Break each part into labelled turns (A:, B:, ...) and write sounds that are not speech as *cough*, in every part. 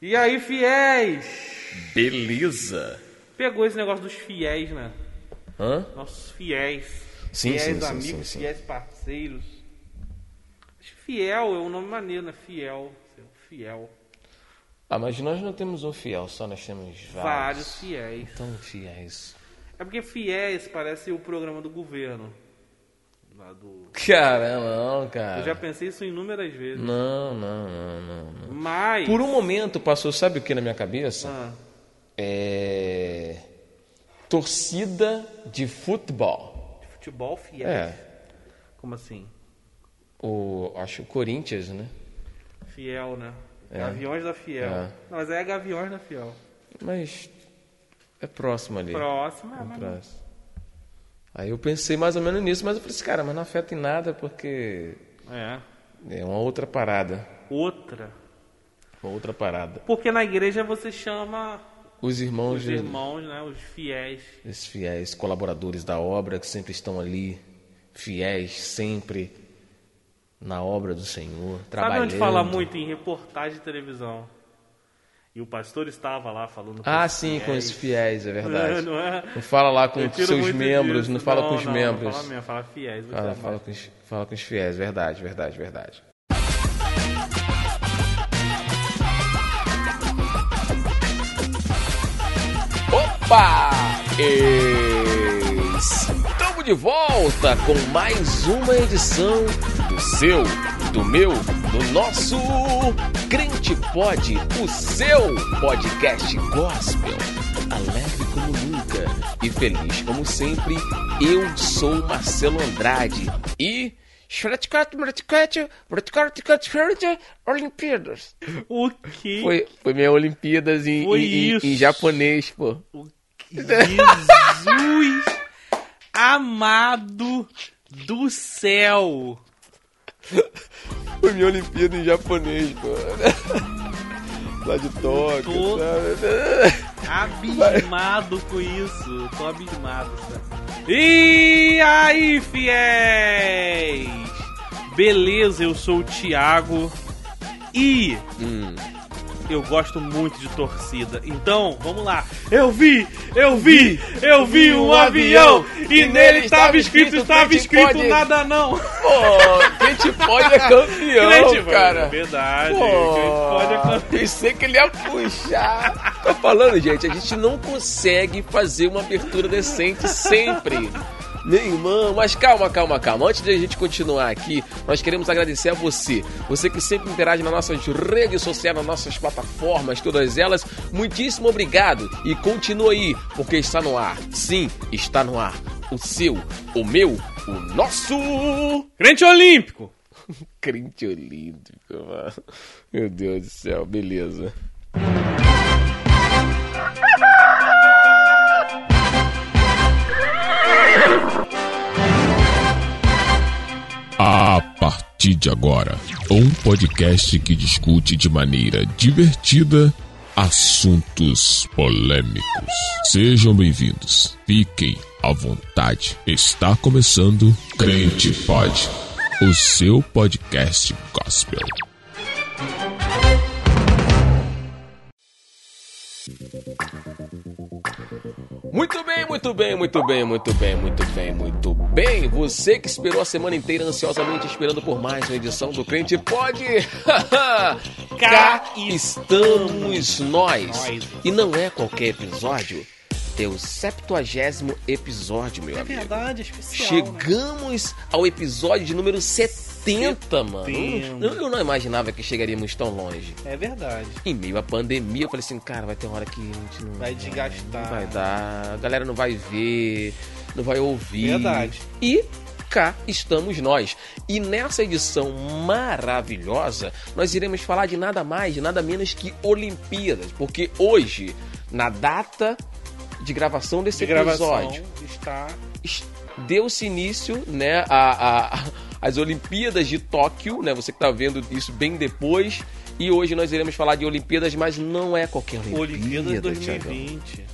A: E aí, fiéis?
B: Beleza.
A: Pegou esse negócio dos fiéis, né?
B: Hã?
A: Nossos fiéis.
B: Sim,
A: fiéis
B: sim, sim,
A: amigos,
B: sim, sim.
A: fiéis parceiros. Acho que Fiel é um nome maneiro, né? Fiel. seu Fiel.
B: Ah, mas nós não temos um fiel só, nós temos vários.
A: Vários fiéis.
B: Tão fiéis.
A: É porque fiéis parece o programa do governo. Lá do...
B: Cara, não, cara.
A: Eu já pensei isso inúmeras vezes.
B: Não, não, não, não, não.
A: Mas.
B: Por um momento passou, sabe o que na minha cabeça?
A: Ah,
B: É. Torcida de futebol.
A: futebol fiel.
B: É.
A: Como assim?
B: O, acho o Corinthians, né?
A: Fiel, né?
B: É.
A: Gaviões da Fiel.
B: É.
A: Não, mas aí é Gaviões da Fiel.
B: Mas é próximo ali.
A: Próximo, é,
B: É
A: mas não.
B: próximo. Aí eu pensei mais ou menos nisso, mas eu falei assim, cara, mas não afeta em nada porque
A: É.
B: é uma outra parada.
A: Outra.
B: Uma outra parada.
A: Porque na igreja você chama
B: Os irmãos,
A: os
B: de-
A: irmãos, né? Os fiéis.
B: esses fiéis, colaboradores da obra que sempre estão ali, fiéis sempre na obra do Senhor,
A: Sabe
B: trabalhando.
A: onde fala muito? Em reportagem de televisão. E o pastor estava lá falando com
B: Ah,
A: os
B: sim,
A: fiéis.
B: com esses fiéis, é verdade.
A: Não é?
B: Não fala lá com
A: Eu
B: os
A: tiro
B: seus
A: muito
B: membros,
A: disso.
B: não fala com os
A: não, Não
B: membros.
A: fala mesmo, fala fiéis. você
B: Fala,
A: é
B: fala com os, fala com os fiéis, verdade, verdade, verdade. Opa! Estamos de volta com mais uma edição do seu, do meu, do nosso Crente Pode, o seu podcast gospel. Alegre como nunca e feliz como sempre, eu sou Marcelo Andrade e. Olimpíadas.
A: O que?
B: Foi, foi minha Olimpíadas em,
A: Foi
B: em- em-
A: isso.
B: em japonês, pô.
A: O que-
B: é.
A: Jesus amado do céu.
B: Foi minha Olimpíada em japonês, pô. Lá de Tóquio,
A: Tô.
B: sabe?
A: Tá Abismado com isso. Eu Tô abismado, sabe? E aí, fiéis? Beleza, eu sou o Thiago. E Hum. eu gosto muito de torcida. Então, vamos lá. Eu vi, eu vi, eu vi um avião. E nele tava escrito, estava escrito nada *laughs* não.
B: Pô, quem te pode é campeão,
A: Crente, mano.
B: cara.
A: Verdade.
B: Pô,
A: Crente pode
B: pensei que ele ia puxar. Tô falando, gente, a gente não consegue fazer uma abertura decente sempre. Meu irmão, mas calma, calma, calma. Antes de a gente continuar aqui, nós queremos agradecer a você. Você que sempre interage nas nossas redes sociais, nas nossas plataformas, todas elas. Muitíssimo obrigado e continua aí, porque está no ar. Sim, está no ar. O seu, o meu, o nosso
A: Crente olímpico.
B: crente olímpico, mano. Meu Deus do céu, beleza.
C: A partir de agora, um podcast que discute de maneira divertida assuntos polêmicos. Sejam bem-vindos, fiquem à vontade. Está começando Crente Pod, o seu podcast gospel.
B: Muito bem, muito bem, muito bem, muito bem, muito bem, muito bem. Você que esperou a semana inteira ansiosamente esperando por mais uma edição do Crente Pode. *laughs* Cá estamos nós.
A: Nós.
B: E não é qualquer episódio. É o 70 episódio, meu amigo.
A: É verdade, especial. né?
B: Chegamos ao episódio de número 70, mano. Eu, eu não imaginava que chegaríamos tão longe.
A: É verdade.
B: Em meio à pandemia, eu falei assim, cara, vai ter hora que a gente não
A: Vai
B: não
A: desgastar.
B: vai dar, a galera não vai ver, não vai ouvir.
A: Verdade.
B: E cá estamos nós. E nessa edição maravilhosa, nós iremos falar de nada mais, de nada menos que Olimpíadas, porque hoje, na data de gravação desse
A: Esse gravação
B: episódio,
A: está
B: est- deu-se início, né, a, a- as Olimpíadas de Tóquio, né? Você que tá vendo isso bem depois. E hoje nós iremos falar de Olimpíadas, mas não é qualquer Olimpíada.
A: Olimpíadas
B: Thiagão.
A: 2020.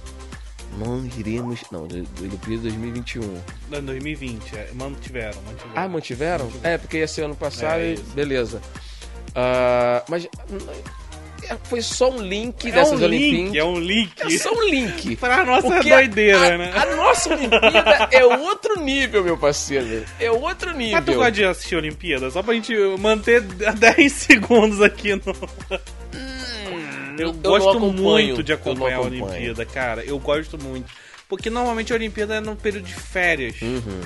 B: Não iremos. Não, do do Olimpíada 2021.
A: Não, 2020, é, mantiveram, mantiveram.
B: Ah, mantiveram? É, porque ia ser ano passado
A: É,
B: e.
A: isso.
B: Beleza. Ah, mas. n- foi só um link
A: É
B: dessas
A: um link,
B: Olimpíadas.
A: é um link.
B: É só um
A: *laughs*
B: link.
A: Pra nossa
B: Porque
A: doideira,
B: a,
A: né?
B: A nossa Olimpíada é outro nível, meu parceiro. É outro nível.
A: Mas tu gosta de assistir Olimpíadas? Só pra gente manter *laughs* 10 segundos aqui no. eu
B: Hum, não
A: gosto
B: acompanho,
A: muito de
B: eu não
A: acompanhar a
B: acompanho.
A: Olimpíada, cara. Eu gosto muito. Porque normalmente a Olimpíada é no período de férias.
B: Uhum.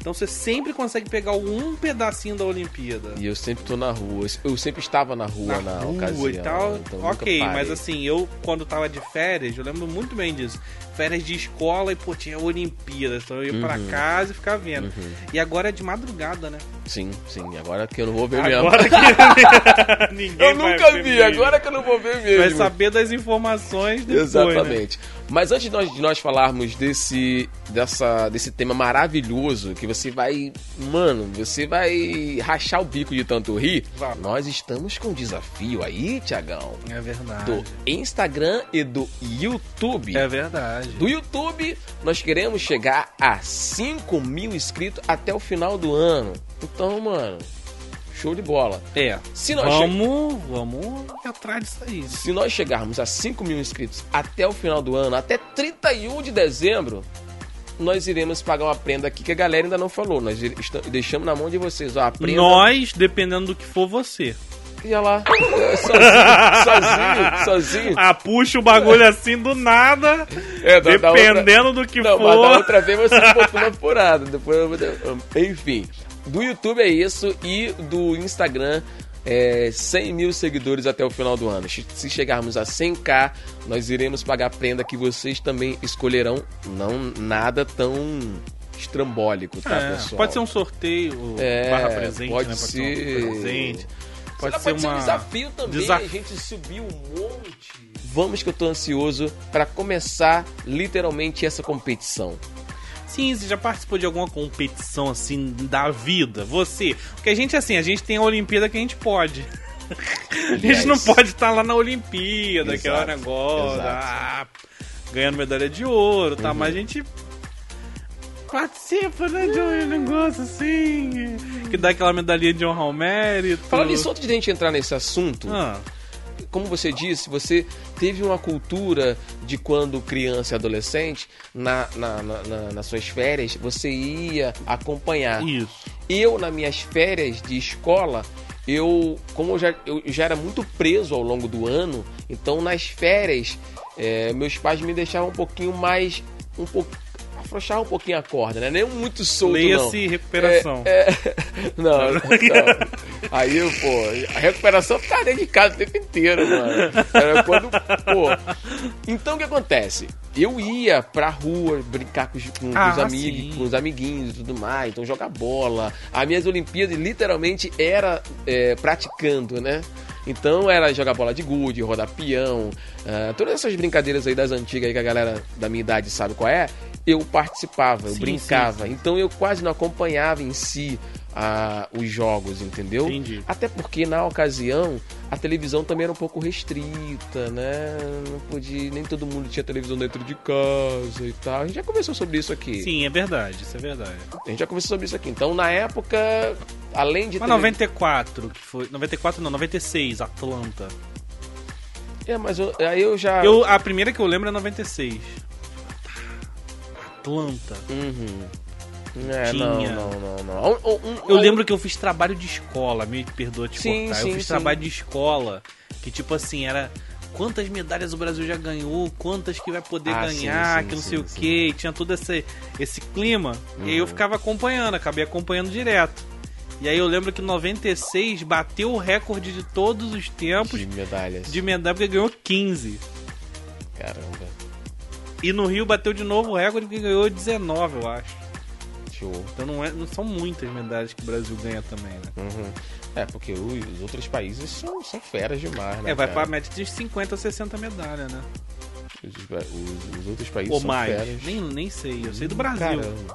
A: Então você sempre consegue pegar um pedacinho da Olimpíada.
B: E eu sempre tô na rua. Eu sempre estava na rua na, ocasião.
A: e tal.
B: então nunca
A: ok,
B: parei.
A: mas assim, eu quando tava de férias, eu lembro muito bem disso. Férias de escola e, pô, tinha Olimpíadas. Então eu ia
B: Uhum.
A: pra casa e ficava vendo. E agora é de madrugada, né?
B: Sim, sim. Agora que eu não vou ver mesmo. *laughs*
A: Agora que ninguém
B: Eu
A: vai
B: nunca
A: ver
B: vi,
A: mesmo.
B: agora que eu não vou ver mesmo.
A: Vai saber das informações depois, né?
B: Exatamente. Mas antes de nós, de nós falarmos desse, dessa, desse tema maravilhoso que você vai. Mano, você vai rachar o bico de tanto rir.
A: Vai.
B: Nós estamos com um desafio aí, Tiagão.
A: É verdade.
B: Do Instagram e do YouTube.
A: É verdade.
B: Do YouTube, nós queremos chegar a 5 mil inscritos até o final do ano. Então, mano, show de bola.
A: É.
B: Se nós, che-
A: Vamos, vamos atrás disso aí.
B: se nós chegarmos a 5 mil inscritos até o final do ano, até 31 de dezembro, nós iremos pagar uma prenda aqui que a galera ainda não falou. Nós ire- esta- deixamos na mão de vocês, ó, a prenda.
A: Nós, dependendo do que for você.
B: E olha lá, *laughs* é, sozinho, sozinho, sozinho.
A: Ah, puxa o
B: *laughs*
A: bagulho assim do nada.
B: É, da- da outra-
A: dependendo do que
B: Não,
A: for.
B: mas da outra vez você *laughs* um pouco mais furado. Depois eu vou... Enfim, do YouTube é isso e do Instagram é 100 mil seguidores até o final do ano. Se chegarmos a 100k, nós iremos pagar a prenda que vocês também escolherão. Não nada tão estrambólico, tá,
A: É,
B: pessoal?
A: pode ser um sorteio
B: É,
A: barra presente,
B: pode
A: né?
B: ser-
A: um presente.
B: Sei lá,
A: Pode ser,
B: um
A: uma...
B: desafio também.
A: desaf-
B: A gente subiu um monte. Vamos que eu tô ansioso pra começar literalmente essa competição.
A: Sim, você já participou de alguma competição assim da vida? Você? Porque a gente assim, a gente tem a Olimpíada que a gente pode. *laughs* A gente
B: Yes.
A: não pode estar lá na Olimpíada, que é o
B: Exato,
A: negócio,
B: exato.
A: ah, ganhando medalha de ouro, tá? Mas a
B: Uhum.
A: gente participa, né, de um negócio assim, que dá aquela medalhinha de honra ao mérito.
B: Falando nisso, antes de a gente entrar nesse assunto,
A: Ah,
B: como você disse, você teve uma cultura de quando criança e adolescente, na, na, na- na- nas suas férias, você ia acompanhar.
A: isso.
B: Eu, nas minhas férias de escola, eu, como eu já, eu já era muito preso ao longo do ano, então nas férias, é, meus pais me deixavam um pouquinho mais. um pouco afrouxavam um pouquinho a corda, né? Nem muito solto, não.
A: Leia-se recuperação. É,
B: Não, não. Aí, pô, a recuperação ficava dentro de casa o tempo inteiro, mano. Era quando, pô. Então o que acontece? Eu ia pra rua brincar com os, com- com
A: Ah,
B: os amigos,
A: sim.
B: com os amiguinhos e tudo mais, então jogar bola. As minhas Olimpíadas literalmente era é, praticando, né? Então era jogar bola de gude, rodar peão, ah, todas essas brincadeiras aí das antigas aí que a galera da minha idade sabe qual é. Eu participava, eu
A: Sim,
B: brincava, Tá, Então eu quase não acompanhava em si ah, os jogos, entendeu?
A: Entendi.
B: Até porque na ocasião a televisão também era um pouco restrita, né? Não podia, nem todo mundo tinha televisão dentro de casa e tal. A gente já conversou sobre isso aqui.
A: Sim, é verdade, isso é verdade.
B: A gente já conversou sobre isso aqui. Então na época, além de
A: Mas
B: televi-
A: 94, que foi. 94 não, 96, Atlanta.
B: É, mas eu, aí eu já
A: Eu, a primeira que eu lembro é 96. Atlanta.
B: Uhum. É,
A: Tinha.
B: não, não, não, não. Um- um- um-
A: Eu lembro que eu fiz trabalho de escola, me perdoa te
B: Sim,
A: cortar.
B: sim,
A: eu fiz
B: sim.
A: trabalho de escola, que tipo assim, era quantas medalhas o Brasil já ganhou, quantas que vai poder
B: Ah, sim,
A: ganhar,
B: sim,
A: que não
B: sim,
A: sei o
B: sim. Uhum.
A: quê, e tinha todo esse, esse clima. E aí eu ficava acompanhando, acabei acompanhando direto. E aí eu lembro que 96 bateu o recorde de todos os tempos
B: de medalhas.
A: de medalha, porque ganhou 15.
B: Caramba.
A: E no Rio bateu de novo o recorde porque ganhou 19, eu acho.
B: Show.
A: Então não, é- não são muitas medalhas que o Brasil ganha também, né?
B: Uhum. É, porque os os outros países são, são feras demais, né?
A: É, vai
B: cara?
A: pra média de 50 ou 60 medalhas, né?
B: Os, os- os outros países
A: Ou
B: são
A: mais.
B: feras.
A: Nem, nem sei, eu sei
B: Hum,
A: do Brasil.
B: Caramba,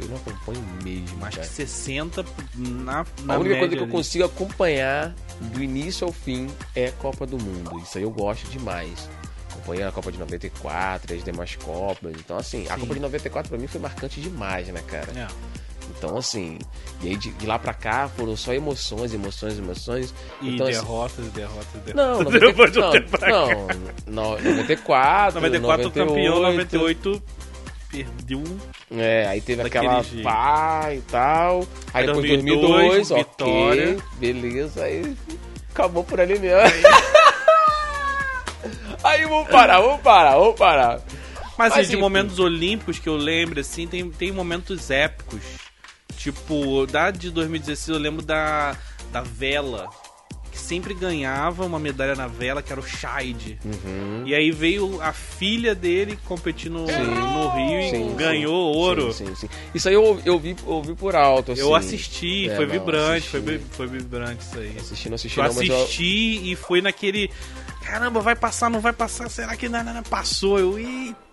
B: eu não acompanho mesmo.
A: Mas que
B: cara.
A: 60 na, na
B: é. A única
A: média
B: coisa que eu
A: ali.
B: consigo acompanhar do início ao fim é Copa do Mundo. Isso aí eu gosto demais. Acompanhando a Copa de 94, as demais Copas. Então, assim, a
A: Sim.
B: Copa de 94 pra mim foi marcante demais, né, cara?
A: É.
B: Então, assim, e aí de, de lá pra cá foram só emoções, emoções, emoções.
A: E
B: então, assim,
A: derrotas, derrotas, derrotas.
B: não,
A: Depois de um
B: 90,
A: tempo pra
B: não, não, não, 94,
A: 94 campeão, 98 perdeu um.
B: É, aí teve
A: Daquele
B: aquela
A: jeito.
B: pá e tal. Aí
A: Aí
B: depois
A: 2002,
B: 2002, 2002
A: vitória.
B: ok, beleza, aí acabou por ali mesmo. *laughs* aí vamos parar, vamos parar, vamos parar.
A: Mas, assim,
B: Mas,
A: de
B: enfim.
A: momentos olímpicos que eu lembro, assim, tem, tem momentos épicos. Tipo, da de 2016 eu lembro da, da vela. Que sempre ganhava uma medalha na vela, que era o Scheid.
B: Uhum.
A: E aí veio a filha dele competir no,
B: Sim.
A: no Rio e
B: Sim, sim.
A: ganhou ouro.
B: Sim, sim, sim. Isso aí eu, eu, vi, eu vi por alto, assim.
A: Eu assisti,
B: É,
A: foi
B: não,
A: vibrante,
B: assisti.
A: foi, bri- foi vibrante isso aí.
B: Assisti, não assisti,
A: Eu
B: não, mas eu...
A: assisti e foi naquele. Caramba, vai passar, não vai passar? Será que não, não, não passou? Eu, eita!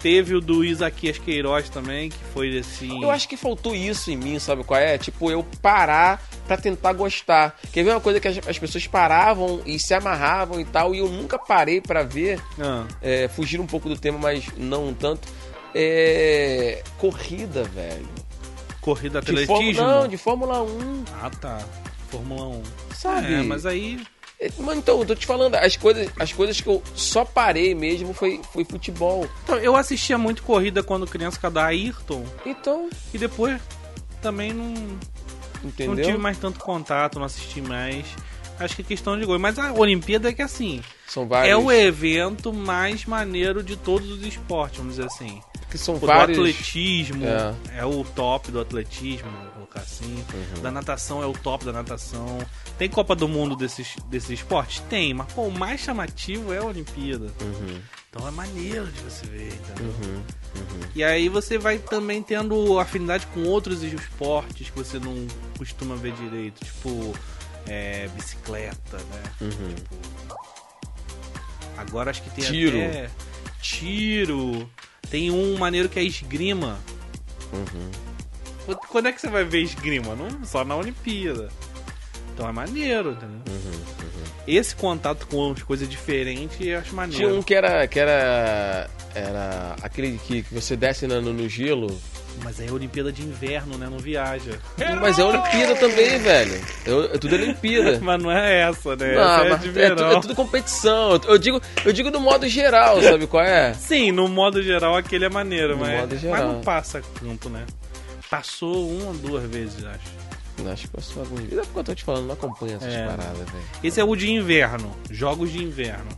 A: Teve o do Isaquias Queiroz também, que foi assim.
B: Eu acho que faltou isso em mim, sabe qual é? Tipo, eu parar pra tentar gostar. Quer ver uma coisa que as, as pessoas paravam e se amarravam e tal, e eu nunca parei pra ver,
A: Ah,
B: é, fugir um pouco do tema, mas não tanto. É. Corrida, velho.
A: corrida
B: De
A: atletismo?
B: Fórmula, não, de Fórmula 1,
A: Ah, tá. Fórmula 1.
B: sabe?
A: É, mas aí.
B: É, Mano, então, eu tô te falando, as coisas, as coisas que eu só parei mesmo foi, foi futebol.
A: Então, eu assistia muito corrida quando criança, cada Ayrton,
B: Então,
A: e depois também não.
B: entendeu?
A: Não tive mais tanto contato, não assisti mais. Acho que é questão de gol. Mas a Olimpíada é que assim.
B: São vários.
A: É o evento mais maneiro de todos os esportes, vamos dizer assim.
B: que são
A: O
B: vários.
A: do atletismo é.
B: É. Uhum.
A: o top do atletismo, vou colocar assim. Da natação é o top da natação. Tem Copa do Mundo desses, desses esportes? Tem, mas pô, o mais chamativo é a Olimpíada.
B: Uhum,
A: Então é maneiro de você ver, entendeu?
B: uhum.
A: E aí você vai também tendo afinidade com outros esportes que você não costuma ver direito, tipo é, bicicleta, né?
B: Uhum.
A: Tipo, agora acho que tem
B: Tiro.
A: até tiro. Tem um maneiro que é esgrima.
B: Uhum.
A: Qu- Quando é que você vai ver esgrima? Não, só na Olimpíada. Então é maneiro, entendeu?
B: Uhum,
A: Esse contato com as coisas diferentes eu acho
B: Tinha um
A: maneiro.
B: que era. que era. Era aquele que, que você desce na- no, no gelo.
A: Mas aí é a Olimpíada de Inverno, né? Não viaja.
B: Mas é Olimpíada também, velho. Eu, é tudo Olimpíada.
A: Mas não é essa, né?
B: Ah,
A: essa *laughs* é
B: mas
A: de
B: é, tu-
A: verão.
B: é tudo competição. Eu- Eu digo, eu digo no modo geral, sabe qual é?
A: Sim, no modo geral aquele é maneiro,
B: No
A: mas,
B: modo
A: mas
B: geral.
A: não passa tanto, né? Passou uma ou duas vezes, acho.
B: Acho que eu sou alguns vídeos. É porque eu tô te falando, não acompanho essas
A: É.
B: paradas, velho.
A: Esse é o de inverno, jogos de inverno.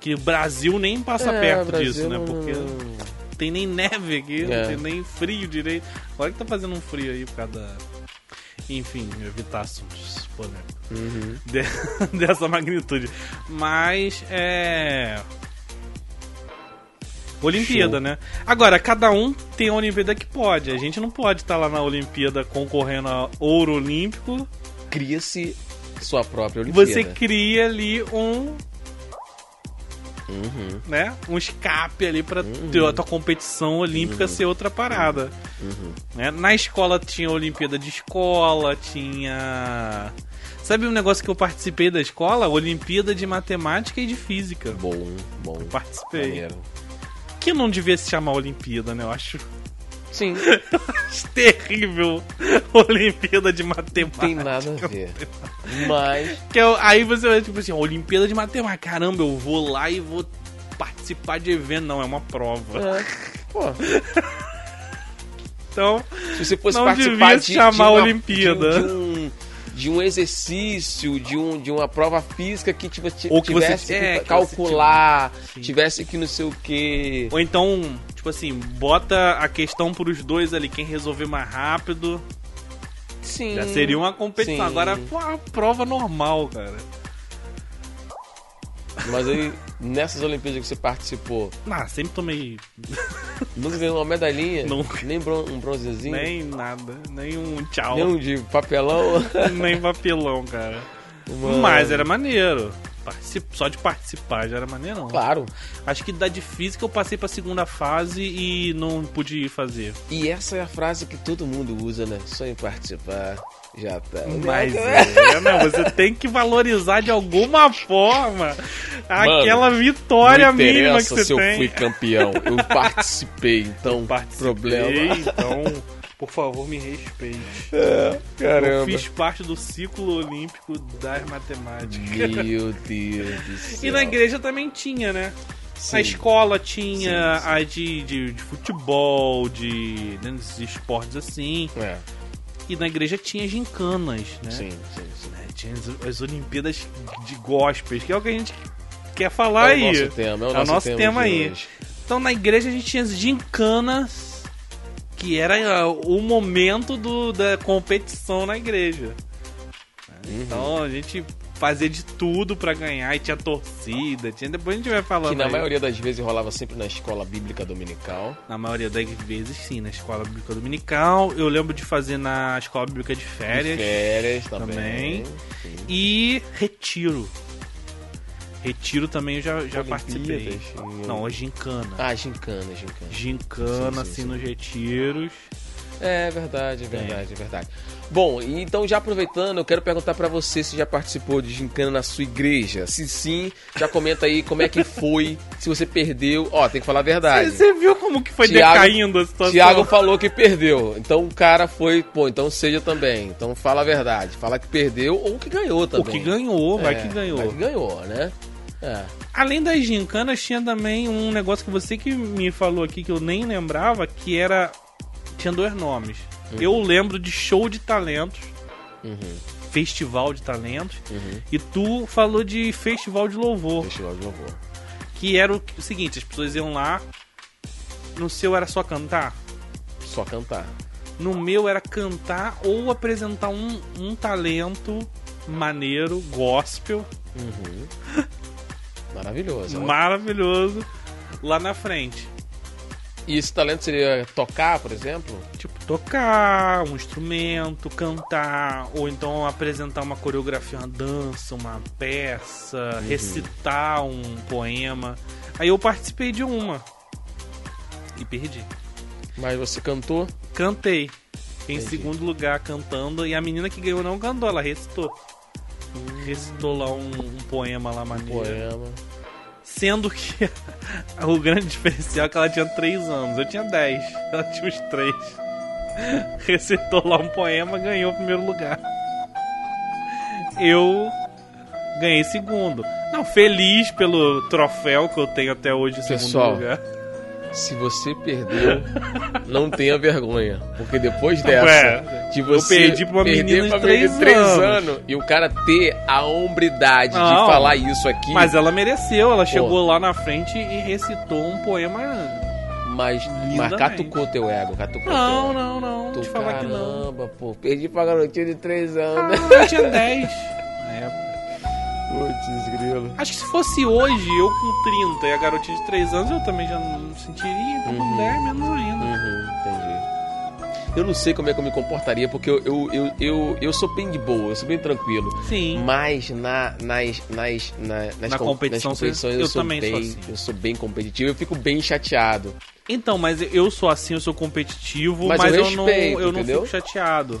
A: Que o Brasil nem passa
B: É,
A: perto
B: Brasil
A: disso, né?
B: não-
A: Porque não tem nem neve aqui,
B: É.
A: não tem nem frio direito. Agora que tá fazendo um frio aí por causa da. Enfim, evitar assuntos polêmicos
B: Uhum.
A: de- *laughs* dessa magnitude. Mas é. Olimpíada,
B: Show.
A: né? Agora, cada um tem a Olimpíada que pode. A gente não pode estar lá na Olimpíada concorrendo a ouro olímpico
B: Cria-se sua própria Olimpíada.
A: você cria ali um,
B: Uhum.
A: né, um escape ali pra ter a tua competição olímpica
B: Uhum.
A: ser outra parada. Né? Na escola tinha Olimpíada de escola, tinha Sabe um negócio que eu participei da escola? Olimpíada de matemática e de física.
B: Bom, bom.
A: Participei.
B: Maneiro.
A: Que não devia se chamar Olimpíada, né? Eu acho *laughs*
B: Sim,
A: terrível *laughs* Olimpíada de Matemática.
B: tem nada a
A: *laughs*
B: ver. Mas.
A: Que eu- aí você vai, tipo assim, Olimpíada de Matemática. Caramba, eu vou lá e vou participar de evento. Não, é uma prova.
B: é, pô,
A: Então,
B: se você fosse
A: Não
B: participar
A: devia
B: de,
A: se chamar
B: de uma-
A: Olimpíada.
B: De, um, de um- de um exercício, de, um, de uma prova física que tipo, ti-
A: Ou que você-
B: tivesse que,
A: é, que você
B: calcular,
A: Sim.
B: tivesse que não sei o quê.
A: ou então, tipo assim, bota a questão pros dois ali, quem resolver mais rápido.
B: Sim.
A: Já seria uma competição.
B: Sim.
A: Agora, pô, uma prova normal, cara.
B: Mas aí, nessas Olimpíadas que você participou,
A: Ah, sempre tomei
B: nunca ganhou uma medalhinha?
A: Nunca.
B: Nem bron- um bronzezinho?
A: nem nada, nem um tchau,
B: nem um de papelão?
A: nem papelão, cara.
B: Mano.
A: *laughs* Mas era maneiro. Particip- Só de participar já era maneirão.
B: Claro.
A: Acho que da de física eu passei pra segunda fase e não pude fazer.
B: E essa é a frase que todo mundo usa, né? Só em participar já tá.
A: Mas é, não, você tem que valorizar de alguma forma aquela vitória
B: não interessa
A: mínima que você
B: se eu
A: tem. *laughs*
B: fui campeão. Eu participei, então
A: Participei,
B: problema.
A: Então, Por favor, me respeite.
B: É,
A: Eu
B: caramba.
A: fiz parte do ciclo olímpico das matemáticas.
B: Meu Deus do céu.
A: E na igreja também tinha, né?
B: Sim.
A: A escola tinha
B: Sim, sim.
A: a de, de, de futebol, de né, desses esportes assim.
B: É,
A: E na igreja tinha gincanas, né?
B: sim, sim, sim. É
A: Né, Tinha as, as Olimpíadas de Gospels, que é o que a gente quer
B: É
A: falar
B: o
A: aí.
B: nosso tema, é o
A: É o
B: nosso,
A: nosso tema
B: de
A: aí.
B: hoje.
A: Então na igreja a gente tinha as gincanas, que era ah, o momento do- da competição na igreja.
B: Uhum.
A: Então a gente fazia de tudo pra ganhar e tinha torcida, tinha depois a gente vai falando.
B: Que na
A: aí.
B: maioria das vezes rolava sempre na escola bíblica dominical.
A: Na maioria das vezes sim, na escola bíblica dominical. Eu lembro de fazer na escola bíblica de
B: De
A: férias
B: Férias também.
A: também. e retiro. Retiro também eu já, já participei.
B: Olimpíadas,
A: Não, hoje gincana.
B: Ah, gincana, gincana.
A: Gincana,
B: Sim, sim,
A: assim,
B: sim.
A: nos retiros.
B: É verdade, é verdade, é verdade. Bom, e então já aproveitando, eu quero perguntar pra você se já participou de gincana na sua igreja. Se sim, já comenta aí como é que foi, se você perdeu. Ó, tem que falar a verdade.
A: Você viu como que foi
B: Thiago-
A: decaindo a situação?
B: Tiago falou que perdeu. Então o cara foi, pô, então seja também. Então fala a verdade. Fala que perdeu ou que ganhou
A: o
B: também.
A: que ganhou, vai
B: É,
A: que ganhou.
B: Vai que ganhou, né? É.
A: Além das gincanas, tinha também um negócio que você que me falou aqui que eu nem lembrava, que era. Tinha dois nomes. Eu lembro de show de talentos,
B: Uhum,
A: festival de talentos,
B: uhum.
A: e tu falou de festival de louvor,
B: Festival de louvor.
A: que era o o seguinte: as pessoas iam lá, no seu era só cantar,
B: Só cantar.
A: No meu era cantar ou apresentar um, um talento maneiro, gospel,
B: Uhum. Maravilhoso. né?
A: maravilhoso, lá na frente.
B: E esse talento seria tocar, por exemplo?
A: Tipo, tocar um instrumento, cantar, ou então apresentar uma coreografia, uma dança, uma peça, recitar um poema. Aí eu participei de uma. E perdi.
B: Mas você cantou?
A: Cantei. Em
B: Entendi.
A: segundo lugar, cantando. E a menina que ganhou não cantou, ela recitou. Recitou lá um, um poema lá maneiro.
B: Poema.
A: Sendo que *laughs* o grande diferencial é que ela tinha 3 anos. Eu tinha 10. Ela tinha uns 3. *laughs* Recitou lá um poema, ganhou o primeiro lugar. Eu ganhei segundo. Não, feliz pelo troféu que eu tenho até hoje em segundo
B: Pessoal,
A: lugar.
B: Se você perdeu, não tenha vergonha.
A: *laughs*
B: Porque depois
A: Ué,
B: dessa, de você
A: É. perdi pra uma
B: perder
A: menina de
B: pra menina
A: três anos.
B: e o cara ter a hombridade de
A: Não.
B: falar isso aqui,
A: Mas ela mereceu, ela chegou lá na frente e recitou um poema.
B: mas, mas
A: Lindamente.
B: catucou teu ego, catucou
A: Não,
B: teu ego.
A: não, não.
B: Tu,
A: Te falar que não.
B: caramba, pô, perdi pra garotinha de 3 anos.
A: Ah, eu tinha 10. na época.
B: Putz, grilo.
A: Acho que se fosse hoje, eu com 30 e a garotinha de 3 anos, eu também já não sentiria. Então, com 10, menos ainda.
B: Uhum, entendi. Eu não sei como é que eu me comportaria, porque eu, eu, eu, eu, eu sou bem de boa, eu sou bem tranquilo.
A: Sim.
B: Mas na, nas, nas, na- nas,
A: Na
B: com-
A: competição,
B: nas competições eu,
A: eu
B: sou
A: também
B: bem,
A: sou assim.
B: eu sou bem competitivo, eu fico bem chateado.
A: Então, mas eu sou assim, eu sou competitivo,
B: Mas
A: mas,
B: eu
A: eu,
B: respeito,
A: não, eu não
B: entendeu?
A: fico chateado.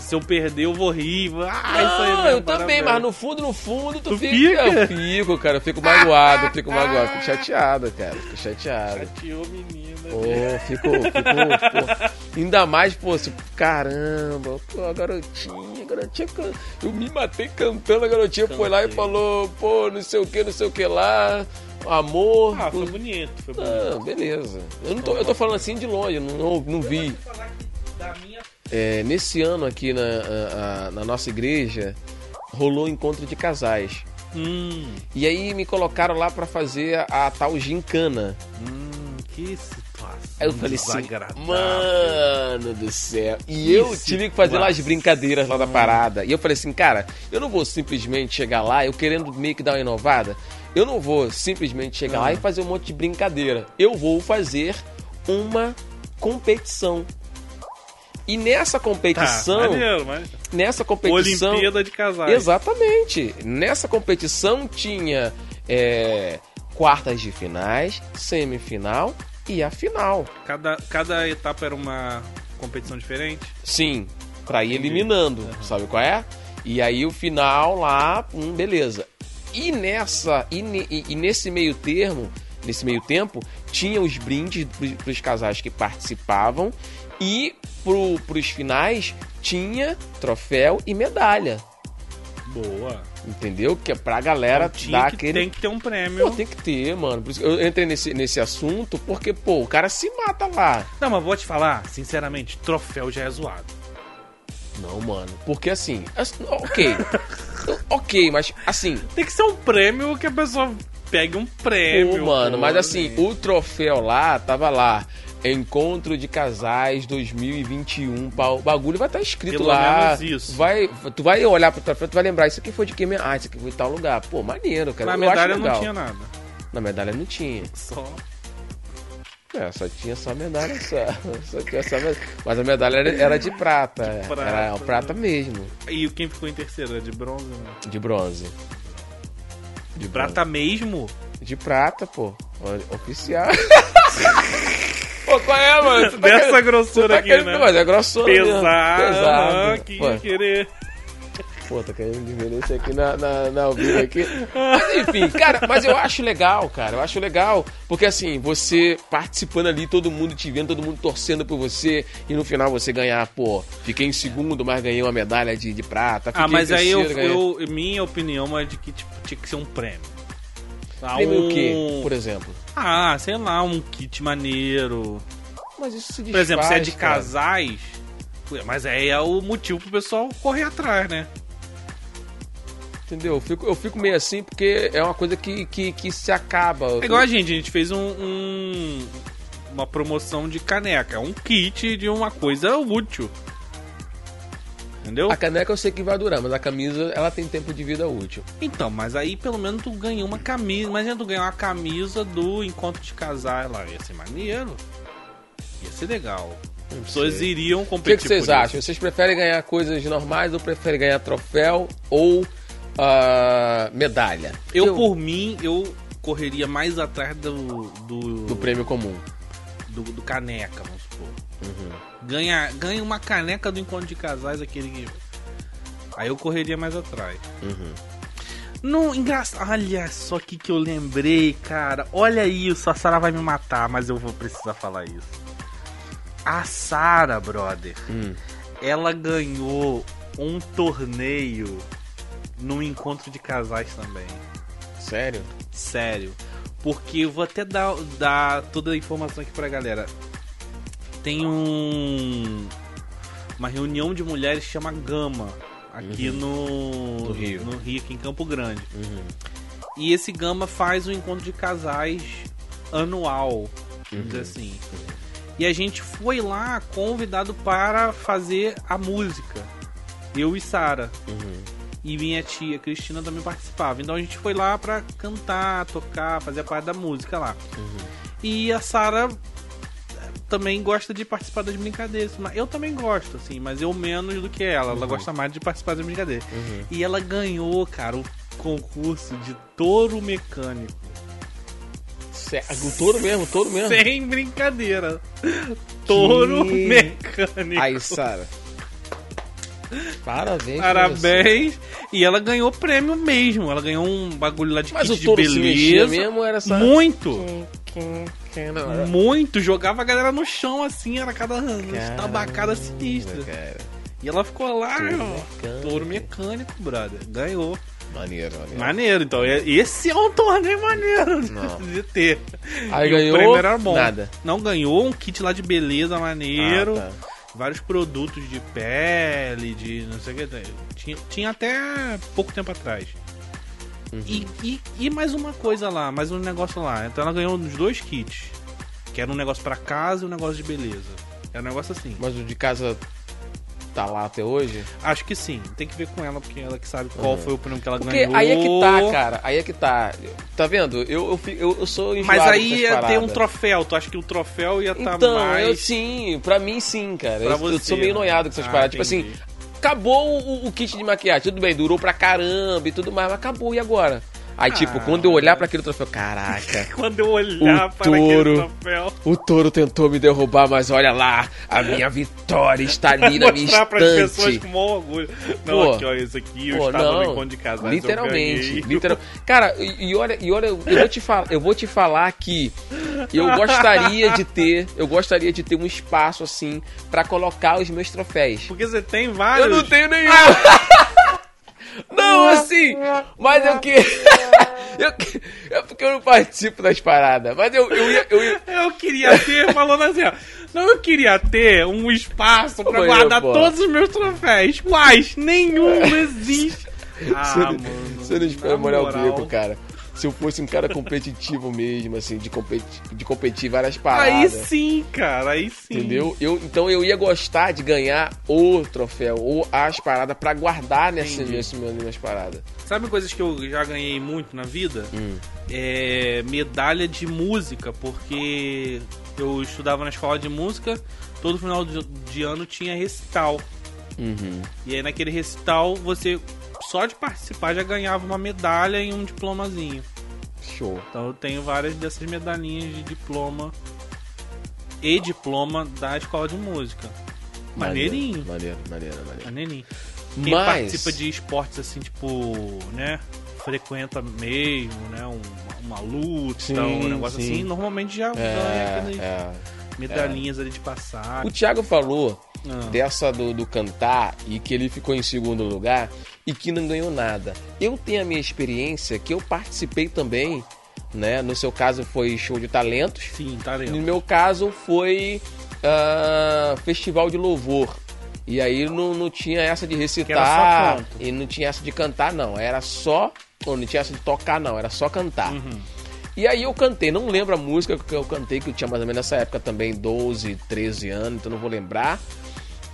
A: Se eu perder, eu vou rir. vou- Ah, isso aí
B: não,
A: mesmo,
B: eu também,
A: parabéns.
B: mas no fundo, no fundo, tu,
A: Tu
B: fica.
A: fica?
B: Eu fico, cara, eu fico magoado, eu fico magoado, eu fico chateado, cara, eu fico chateado.
A: Chateou, menina.
B: Pô, fico, fico, pô. Ainda mais, pô, se- caramba, pô, a garotinha, a garotinha. can- Eu me matei cantando, a garotinha foi lá e
A: Cantei.
B: falou, pô, não sei o que, não sei o que lá, amor.
A: Ah, foi
B: pô,
A: bonito, foi bonito.
B: Ah, beleza. Eu, não tô, eu tô falando assim de longe, eu não, não, não vi.
A: falar que da minha
B: É, nesse ano aqui na, a- a- na nossa igreja, rolou encontro de casais.
A: Hum,
B: E aí me colocaram lá pra fazer a, a tal gincana.
A: hum, que situação.
B: Aí eu falei assim,
A: desagradável.
B: mano do céu. E eu
A: Isso,
B: tive que fazer lá as
A: mas-
B: brincadeiras lá da parada. E eu falei assim, cara, eu não vou simplesmente chegar lá, eu querendo meio que dar uma inovada, eu não vou simplesmente chegar
A: Ah.
B: lá e fazer um monte de brincadeira. Eu vou fazer uma competição. E nessa
A: Tá,
B: competição,
A: maneiro, mas...
B: nessa competição,
A: Olimpíada de casais.
B: Exatamente. Nessa competição tinha é, quartas de finais, semifinal e a final.
A: Cada, cada etapa era uma competição diferente.
B: Sim, pra ir eliminando, sabe qual é? E aí o final lá, hum, beleza. E nessa e, ne- e- e nesse meio termo, nesse meio tempo, tinha os brindes pros, pros casais que participavam E pro, pros finais tinha troféu e medalha.
A: Boa.
B: Entendeu? Que é pra galera
A: Então tinha
B: dar
A: que-
B: aquele.
A: Tem que ter um prêmio.
B: Pô, tem que ter, mano. Por isso que eu entrei nesse, nesse assunto porque, pô, o cara se mata lá.
A: Não, mas vou te falar, sinceramente, troféu já é zoado.
B: Não, mano. Porque assim. as-
A: *laughs*
B: Ok. ok, mas assim.
A: Tem que ser um prêmio que a pessoa pegue um prêmio.
B: Pô, mano,
A: pô,
B: mas assim,
A: gente.
B: o troféu lá tava lá. Encontro de casais 2021. ba- um, O bagulho vai estar escrito
A: Pelo
B: lá.
A: menos isso.
B: Vai, tu vai olhar pro troféu, tu vai lembrar, isso aqui foi de quem? Ah, isso aqui foi de tal lugar. Pô, maneiro, cara.
A: Na
B: Eu
A: medalha
B: acho
A: não
B: legal.
A: tinha nada.
B: Na medalha não tinha.
A: Só.
B: É, só tinha só a medalha só. *laughs* Só tinha só a medalha. Mas a medalha era, era de prata.
A: prata, né?
B: Era prata mesmo.
A: E quem ficou em terceiro? Era de bronze, né?
B: De bronze. De
A: Prata mesmo?
B: bronze. De prata, pô. O-
A: *laughs*
B: Oficial. pô, qual é, mano? Tu tá
A: Dessa
B: querendo-
A: grossura
B: tá
A: aqui,
B: querendo-
A: né?
B: Mas é grossura mesmo.
A: Pesado, né?
B: Pesado.
A: que
B: Pô,
A: ia querer.
B: Pô, tá querendo diminuir isso aqui na, na, na ao vivo aqui. Mas enfim, cara, mas eu acho legal, cara. Eu acho legal. Porque assim, você participando ali, todo mundo te vendo, todo mundo torcendo por você. E no final você ganhar, pô, fiquei em segundo, mas ganhei uma medalha de, de prata. Fiquei
A: Ah, mas
B: em
A: aí eu,
B: terceiro, ganhei-
A: eu- minha opinião é de que tipo, tinha que ser um prêmio. Ah,
B: Prêmio
A: um...
B: o quê, por exemplo?
A: Ah, sei lá, um kit maneiro.
B: Mas isso se
A: Por exemplo, se é de
B: desfaz, cara.
A: casais. ué, Mas aí é o motivo pro pessoal correr atrás, né?
B: Entendeu? Eu fico, eu fico meio assim porque é uma coisa que, que, que se acaba.
A: É igual a gente, a gente fez um, um- uma promoção de caneca, um kit de uma coisa útil. Entendeu?
B: A caneca eu sei que vai durar, mas a camisa ela tem tempo de vida útil.
A: Então, mas aí pelo menos tu ganhou uma camisa. Imagina tu ganhar uma camisa do encontro de casais lá. Ia ser maneiro. Ia ser legal. As pessoas iriam
B: O que,
A: competir.
B: que vocês
A: por isso.
B: acham? Vocês preferem ganhar coisas normais ou preferem ganhar troféu ou ah, medalha?
A: Eu, por mim, eu correria mais atrás do. Do,
B: do prêmio comum.
A: do- do caneca, vamos supor. Ganha, ganha uma caneca do encontro de casais, aquele que. Aí eu correria mais atrás. Não, engraçado. Olha só o que, que eu lembrei, cara. Olha isso, a Sara vai me matar, mas eu vou precisar falar isso. A Sara, brother,
B: Hum.
A: ela ganhou um torneio num encontro de casais também.
B: Sério?
A: Sério. Porque eu vou até dar, dar toda a informação aqui pra galera. Tem um. Uma reunião de mulheres que chama Gama. Aqui no.
B: No Rio.
A: No Rio, aqui em Campo Grande. E esse Gama faz um encontro de casais anual. vamos dizer assim. E a gente foi lá convidado para fazer a música. Eu e Sara e minha tia Cristina também participava. Então a gente foi lá pra cantar, tocar, fazer a parte da música lá.
B: Uhum.
A: E a Sara eh, também gosta de participar das brincadeiras. mas Eu também gosto, assim, mas eu menos do que ela.
B: Uhum.
A: Ela gosta mais de participar das brincadeiras. E ela ganhou, cara, o concurso de touro mecânico.
B: Sé- O touro mesmo, o touro mesmo.
A: Sem brincadeira. Touro
B: Que-
A: mecânico.
B: Aí, Sara. Parabéns. pra você.
A: Parabéns. E ela ganhou prêmio mesmo. Ela ganhou um bagulho lá de
B: Mas
A: kit
B: o touro
A: de
B: se mexia
A: beleza.
B: mesmo era essa...
A: Muito,
B: é Não, era-
A: muito. Jogava a galera no chão assim, era cada
B: Caramba,
A: tabacada sinistra.
B: cara.
A: E ela ficou lá,
B: Touro
A: ó,
B: mecânico.
A: touro mecânico, brother. Ganhou.
B: Maneiro, maneiro.
A: Maneiro, então. é- Esse é um torneio maneiro de-
B: Não.
A: de ter.
B: Aí
A: E
B: ganhou
A: O prêmio era bom.
B: nada.
A: Não ganhou um kit lá de beleza maneiro.
B: Ah, tá.
A: Vários produtos de pele, de não sei o que. né? Tinha, tinha até pouco tempo atrás. E, e- e mais uma coisa lá, mais um negócio lá. Então ela ganhou os dois kits. Que era um negócio pra casa e um negócio de beleza. Era um negócio assim.
B: Mas o de casa tá lá até hoje?
A: Acho que sim. Tem que ver com ela, porque ela que sabe qual
B: Uhum.
A: foi o prêmio que ela
B: Porque
A: ganhou.
B: aí é que tá, cara. Aí é que tá. Tá vendo? Eu, eu, fi- eu, eu sou enjoado
A: Mas aí
B: dessas
A: ia ter um
B: paradas.
A: troféu. Tu acha que o troféu ia estar
B: Então,
A: mais...
B: eu sim. Pra mim, sim, cara.
A: Pra
B: eu, eu
A: você,
B: sou meio
A: né?
B: noiado com essas
A: Ah,
B: paradas. Tipo
A: entendi.
B: assim, acabou o, o kit de maquiagem. Tudo bem, durou pra caramba e tudo mais, mas acabou. E agora? Aí, tipo,
A: Ah,
B: quando eu olhar pra aquele troféu, caraca...
A: *laughs* Quando eu olhar
B: O
A: para aquele
B: touro.
A: um troféu...
B: *laughs* O touro tentou me derrubar, mas olha lá, a minha vitória está ali na minha
A: mostrar pras pessoas
B: estante.
A: com maior orgulho. Não,
B: Pô.
A: aqui, ó, isso aqui, eu
B: Pô,
A: estava
B: não.
A: no encontro de casais. eu
B: Literalmente,
A: ganhei.
B: literal. Cara, e, e olha, e olha, eu vou te falar, eu vou te falar que E eu gostaria de ter, eu gostaria de ter um espaço assim pra colocar os meus troféus.
A: Porque você tem vários.
B: Eu não tenho nenhum. *laughs* Não, assim, mas eu que. *laughs* eu que- É porque eu não participo das paradas. Mas eu, eu ia. Eu ia...
A: Eu queria ter, *laughs* falando assim, ó. Não, eu queria ter um espaço pra
B: Mas,
A: guardar
B: pô.
A: todos os meus troféus. Quais?
B: *laughs*
A: Nenhum existe. Ah,
B: Você não-
A: mano.
B: Você não espera
A: na
B: molhar o
A: moral.
B: bico, cara. Se eu fosse um cara competitivo mesmo, assim, de, competi de competir várias
A: Aí
B: paradas.
A: sim, cara, aí sim.
B: Entendeu? Eu, então eu ia gostar de ganhar o troféu ou as paradas pra guardar nessa,
A: Entendi.
B: nesse meu, minhas paradas.
A: Sabe coisas que eu já ganhei muito na vida?
B: Hum.
A: É medalha de música, porque eu estudava na escola de música, todo final de, de ano tinha recital.
B: Uhum.
A: E aí naquele recital você só de participar já ganhava uma medalha e um diplomazinho.
B: Show.
A: Então eu tenho várias dessas medalhinhas de diploma e diploma da escola de música. Maneirinho.
B: Maneiro, maneiro, maneiro.
A: Maneirinho. Quem
B: Mas,
A: participa de esportes assim, tipo, né? Frequenta mesmo, né? um- uma luta,
B: Sim,
A: um negócio
B: sim.
A: assim, normalmente já ganha
B: É,
A: aquelas
B: é.
A: medalhinhas ali de
B: O
A: passagem.
B: Thiago falou
A: Ah.
B: dessa do, do cantar e que ele ficou em segundo lugar e que não ganhou nada. Eu tenho a minha experiência que eu participei também, né? No seu caso foi show de talentos.
A: Sim, tá
B: No
A: lendo.
B: meu caso foi ah, festival de louvor. E aí não, não tinha essa de
A: era só
B: recitar
A: canto.
B: e não tinha essa de cantar, não. Era só. Ou não tinha essa de tocar, não. Era só cantar.
A: Uhum.
B: E aí eu cantei, não lembro a música que eu cantei, que eu tinha mais ou menos nessa época também, 12, 13 anos, então não vou lembrar.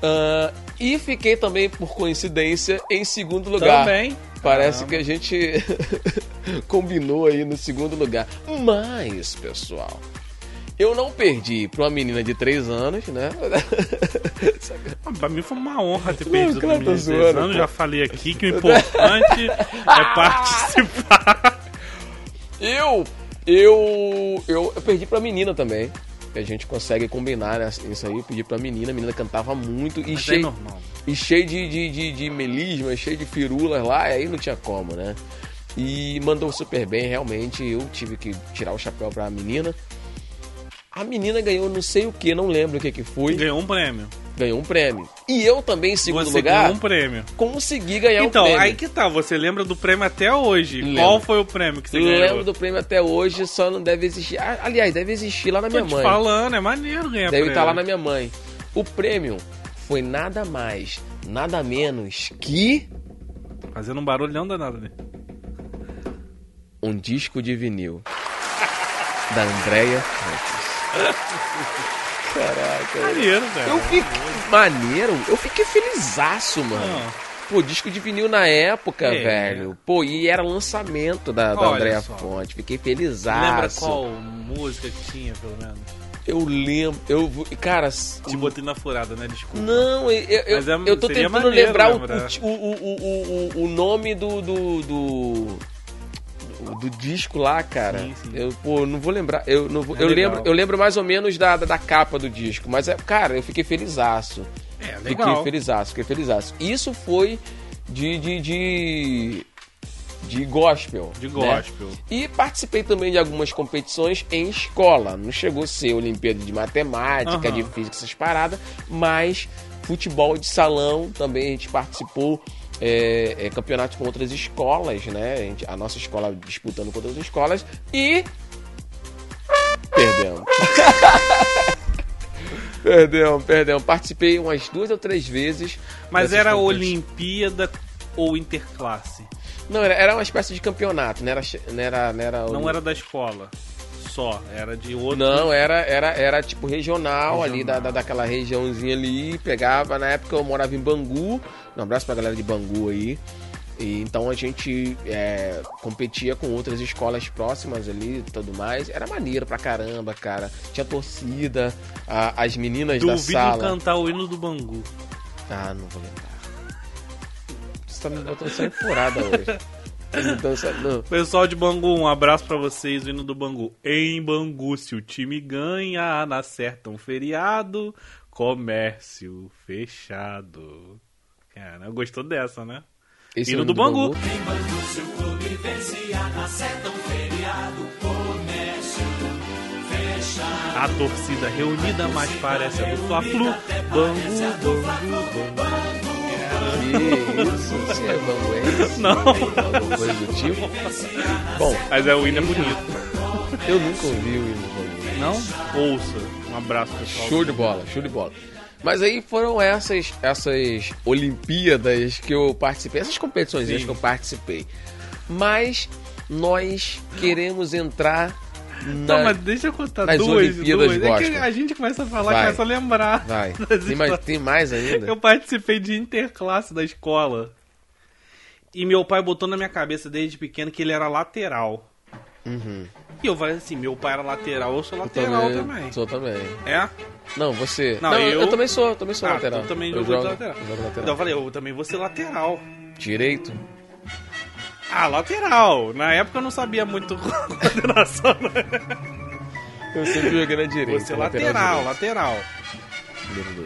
B: Ah, e fiquei também, por coincidência, em segundo
A: Então,
B: lugar.
A: Também.
B: Parece
A: Caramba.
B: que a gente *laughs* combinou aí no segundo lugar. Mas, pessoal, eu não perdi pra uma menina de 3 anos, né? *laughs*
A: Ah, Pra mim foi uma honra ter
B: Não,
A: perdido
B: claro,
A: claro,
B: tô
A: meus
B: zoando,
A: 16 anos.
B: pô.
A: Já falei aqui que o
B: *laughs*
A: importante é participar.
B: Eu, eu, eu, eu perdi pra menina também. A gente consegue combinar né, isso aí. Eu pedi pra menina, a menina cantava muito e
A: Mas é
B: cheio,
A: normal.
B: e cheio de, de, de, de melisma, cheio de firulas lá, aí não tinha como, né? E mandou super bem, realmente. Eu tive que tirar o chapéu pra menina. A menina ganhou não sei o que, não lembro o que que foi.
A: Ganhou um prêmio.
B: Ganhou um prêmio. E eu também, em segundo
A: Você
B: lugar,
A: ganhou um prêmio.
B: consegui ganhar
A: Então,
B: um prêmio.
A: aí que tá, você lembra do prêmio até hoje.
B: Lembro.
A: Qual foi o prêmio que você ganhou?
B: Lembro do prêmio até hoje, só não deve existir. Ah, Aliás, deve existir lá na minha
A: Tô te
B: mãe.
A: falando, é maneiro ganhar
B: Deve
A: prêmio.
B: estar lá na minha mãe. O prêmio foi nada mais, nada menos que
A: Fazendo um barulhão danado ali.
B: um disco de vinil da Andrea Santos. Caraca.
A: Maneiro, velho.
B: Eu fiquei maneiro, eu fiquei felizaço, mano.
A: Não.
B: Pô, disco de vinil na época,
A: É.
B: velho. Pô, e era lançamento da, da
A: Olha
B: Andrea
A: só.
B: Fonte. Fiquei felizaço.
A: Lembra qual música que tinha, pelo menos?
B: Eu lembro. Eu, vou- cara,
A: Te botei na furada, né? Desculpa.
B: Não, eu, eu,
A: Mas é-
B: eu tô
A: seria
B: tentando
A: maneiro né,
B: lembrar, o-
A: lembrar.
B: O, o, o, o, o nome do do, do do disco lá, cara.
A: Sim, sim.
B: Eu pô, não vou lembrar. Eu não vou-
A: É
B: eu
A: legal.
B: lembro, eu lembro mais ou menos da, da, da capa do disco, mas é, cara, eu fiquei felizaço.
A: É,
B: Fiquei
A: legal.
B: felizaço, fiquei felizaço. Isso foi de de de, de gospel.
A: De
B: né?
A: gospel.
B: E participei também de algumas competições em escola. Não chegou a ser Olimpíada de Matemática,
A: Aham.
B: de Física, essas paradas, mas futebol de salão também a gente participou. É, é, campeonato com outras escolas, né? A, gente- a nossa escola disputando com outras escolas e.
A: *laughs*
B: Perdemos. perdemos, perdemos. Participei umas duas ou três vezes.
A: Mas
B: dessas
A: era
B: competições.
A: Olimpíada ou Interclasse?
B: Não, era, era uma espécie de campeonato, não era. che- Não era, não era
A: Não era da escola só, era de outro.
B: Não, era, era, era tipo regional,
A: Regional.
B: ali da, da- daquela regiãozinha ali. Pegava, na época eu morava em Bangu. Um abraço pra galera de Bangu aí. E, então a gente é, competia com outras escolas próximas ali e tudo mais. Era maneiro pra caramba, cara. Tinha torcida, a- as meninas da
A: Duvido
B: sala.
A: cantar o hino do Bangu.
B: Ah, não vou lembrar. Você tá me botando saindo furada hoje. Tá me botando saindo- não.
A: Pessoal de Bangu, um abraço pra vocês, o hino do Bangu. Em Bangu, se o time ganha, na certa um feriado, comércio fechado. Cara, gostou dessa, né?
B: Esse
A: Hino
B: é o
A: do Bangu.
D: Em Bangu, seu clube vencia, na seta um feriado, comércio fechado.
A: A torcida reunida, mas parece a do Fla-Flu. Bangu, bangu, bangu.
B: Que isso? Você é
A: *laughs*
B: banguense?
A: Não,
B: Alguma coisa do tipo? Bom,
A: mas é o hino é bonito.
B: eu nunca ouvi o hino banguense.
A: Não? Ouça. Um abraço, pessoal.
B: Show de bola, show de bola. Mas aí foram essas, essas Olimpíadas que eu participei, essas competições
A: Sim.
B: que eu participei. Mas nós queremos entrar na...
A: Não, mas deixa eu contar
B: É. nas
A: duas e
B: Olimpíadas
A: duas. É que
B: gostam.
A: a gente começa a falar,
B: Vai.
A: começa a lembrar.
B: Vai,
A: *laughs* das
B: tem mais,
A: histórias.
B: tem mais ainda?
A: Eu participei de interclasse da escola. E meu pai botou na minha cabeça desde pequeno que ele era lateral. E eu falei assim, meu pai era lateral, eu sou
B: Uhum. Eu
A: lateral também.
B: Sou também.
A: É?
B: Não, você...
A: Não,
B: eu...
A: eu-
B: também sou, eu também sou
A: Ah,
B: lateral.
A: tu também
B: eu
A: jogou
B: jogo,
A: de lateral.
B: jogo lateral.
A: Então eu falei, eu também vou ser lateral.
B: Direito?
A: Ah, lateral. Na época eu não sabia muito *laughs* coordenação. né?
B: Eu sempre joguei na direita.
A: Vou ser é lateral, lateral.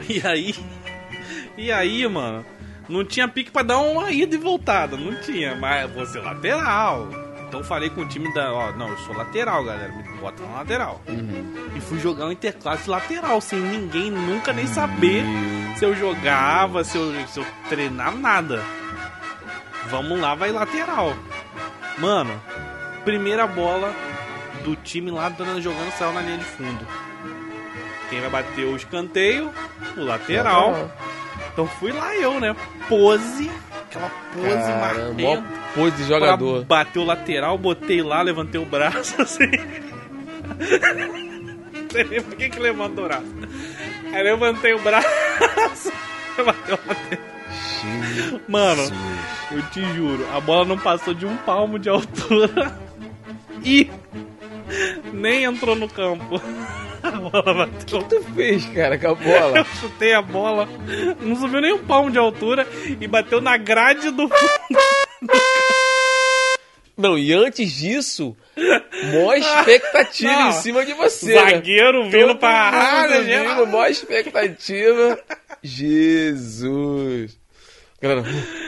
A: E aí. E aí, mano. Não tinha pique pra dar uma ida e voltada. Não tinha, mas vou ser lateral. Então falei com o time da. Ó, não, eu sou lateral, galera. Me bota na lateral. E fui jogar um interclasse lateral, sem ninguém nunca nem saber se eu jogava, se eu, se eu treinava, nada. Vamos lá, vai lateral. Mano, primeira bola do time lá dando- jogando saiu na linha de fundo. Quem vai bater o escanteio? O lateral. Então fui lá eu, né? Pose, aquela pose
B: Caramba, mó
A: marrenta.
B: pose de jogador.
A: Pra bater o lateral, botei lá, levantei o braço *laughs* assim. Não sei nem por que que levantou o braço. Aí levantei o braço. *laughs* bateu o lateral.
B: Jesus.
A: Mano, eu te juro, a bola não passou de um palmo de altura e nem entrou no campo. *laughs* A bola bateu.
B: tu fez, cara, com a bola?
A: Eu chutei a bola, não subiu nem um palmo de altura e bateu na grade do.
B: Não, e antes disso, maior expectativa
A: Não.
B: em cima de você. né?
A: Zagueiro
B: Todo
A: vindo pra
B: mundo
A: área, né?
B: vindo,
A: gente.
B: maior expectativa. Jesus. Galera,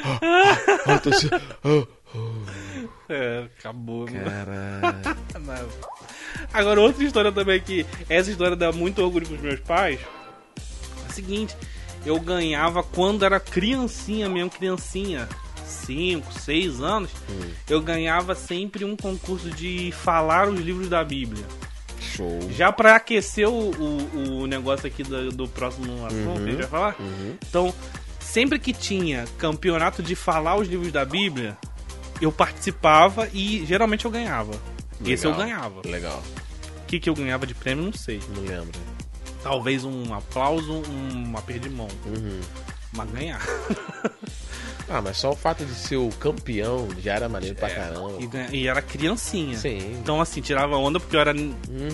B: ah, ah, ah, tô se- ah,
A: É, acabou, né?
B: Caralho.
A: Não. Agora, outra história também que essa história dá muito orgulho pros meus pais. É a seguinte, eu ganhava quando era criancinha mesmo, criancinha, 5, 6 anos, eu ganhava sempre um concurso de falar os livros da Bíblia.
B: Show.
A: Já pra aquecer o, o, o negócio aqui do, do próximo assunto que a
B: Uhum,
A: gente vai falar, então, sempre que tinha campeonato de falar os livros da Bíblia, eu participava e geralmente eu ganhava. Esse eu
B: Legal.
A: ganhava.
B: Legal,
A: O que, que eu ganhava de prêmio, não sei.
B: não lembro.
A: Talvez um aplauso, um- uma perdimão. Mas ganhar.
B: Uhum. Ah, mas só o fato de ser o campeão já era maneiro pra caramba.
A: É, E, ganha- e era criancinha.
B: Sim. Uhum.
A: Então, assim, tirava onda porque eu era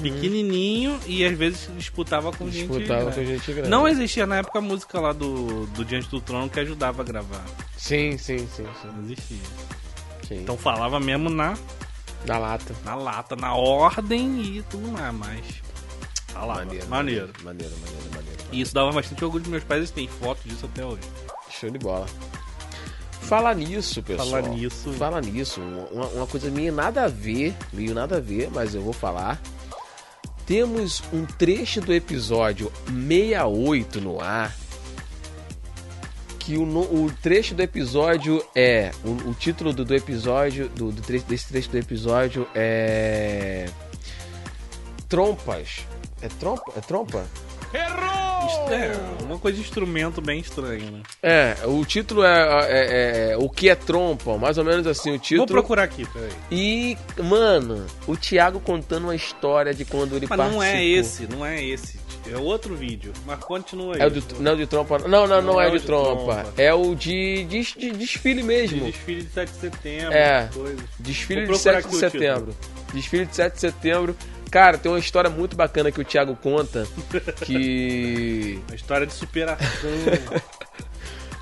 A: pequenininho e às vezes disputava com
B: Disputava
A: Então, gente.
B: com
A: grande.
B: gente grande.
A: Não existia na época a música lá do, do Diante do Trono que ajudava a gravar.
B: Sim, sim, sim, sim.
A: Não existia.
B: sim.
A: Então falava mesmo na,
B: Da lata.
A: na lata, na ordem e tudo mais, mas. Falava. Maneiro.
B: Maneiro, maneiro, maneiro.
A: E isso dava bastante orgulho dos meus pais, eles têm fotos disso até hoje.
B: Show de bola. Falar nisso, pessoal.
A: Falar nisso.
B: Falar nisso. Uma, uma coisa meio nada a ver, meio nada a ver, mas eu vou falar. Temos um trecho do episódio 68 no ar. Que o, no- o trecho do episódio é. O, o título do, do episódio. Do, do tre- desse trecho do episódio é. Trompas. É trompa? É trompa?
A: Isso É, uma coisa de instrumento bem estranho, né?
B: É, o título é, é- é- é O que é trompa, mais ou menos assim o
A: Vou
B: título.
A: procurar aqui, peraí.
B: E, mano, o Thiago contando uma história de quando ele
A: Mas
B: participou.
A: não é esse, não é esse. É outro vídeo. Mas continua aí.
B: É o do, não, de trompa. Não, não, não, é, o de trompa.
A: trompa.
B: É o de, de, de desfile
A: De
B: mesmo.
A: desfile de 7 de setembro,
B: É.
A: coisas.
B: Desfile
A: Vou
B: de
A: procurar
B: 7 de
A: aqui o título.
B: setembro. Desfile de 7 de setembro. Cara, tem uma história muito bacana que o Thiago conta. Que.
A: *laughs* Uma história de
B: *laughs*
A: superação.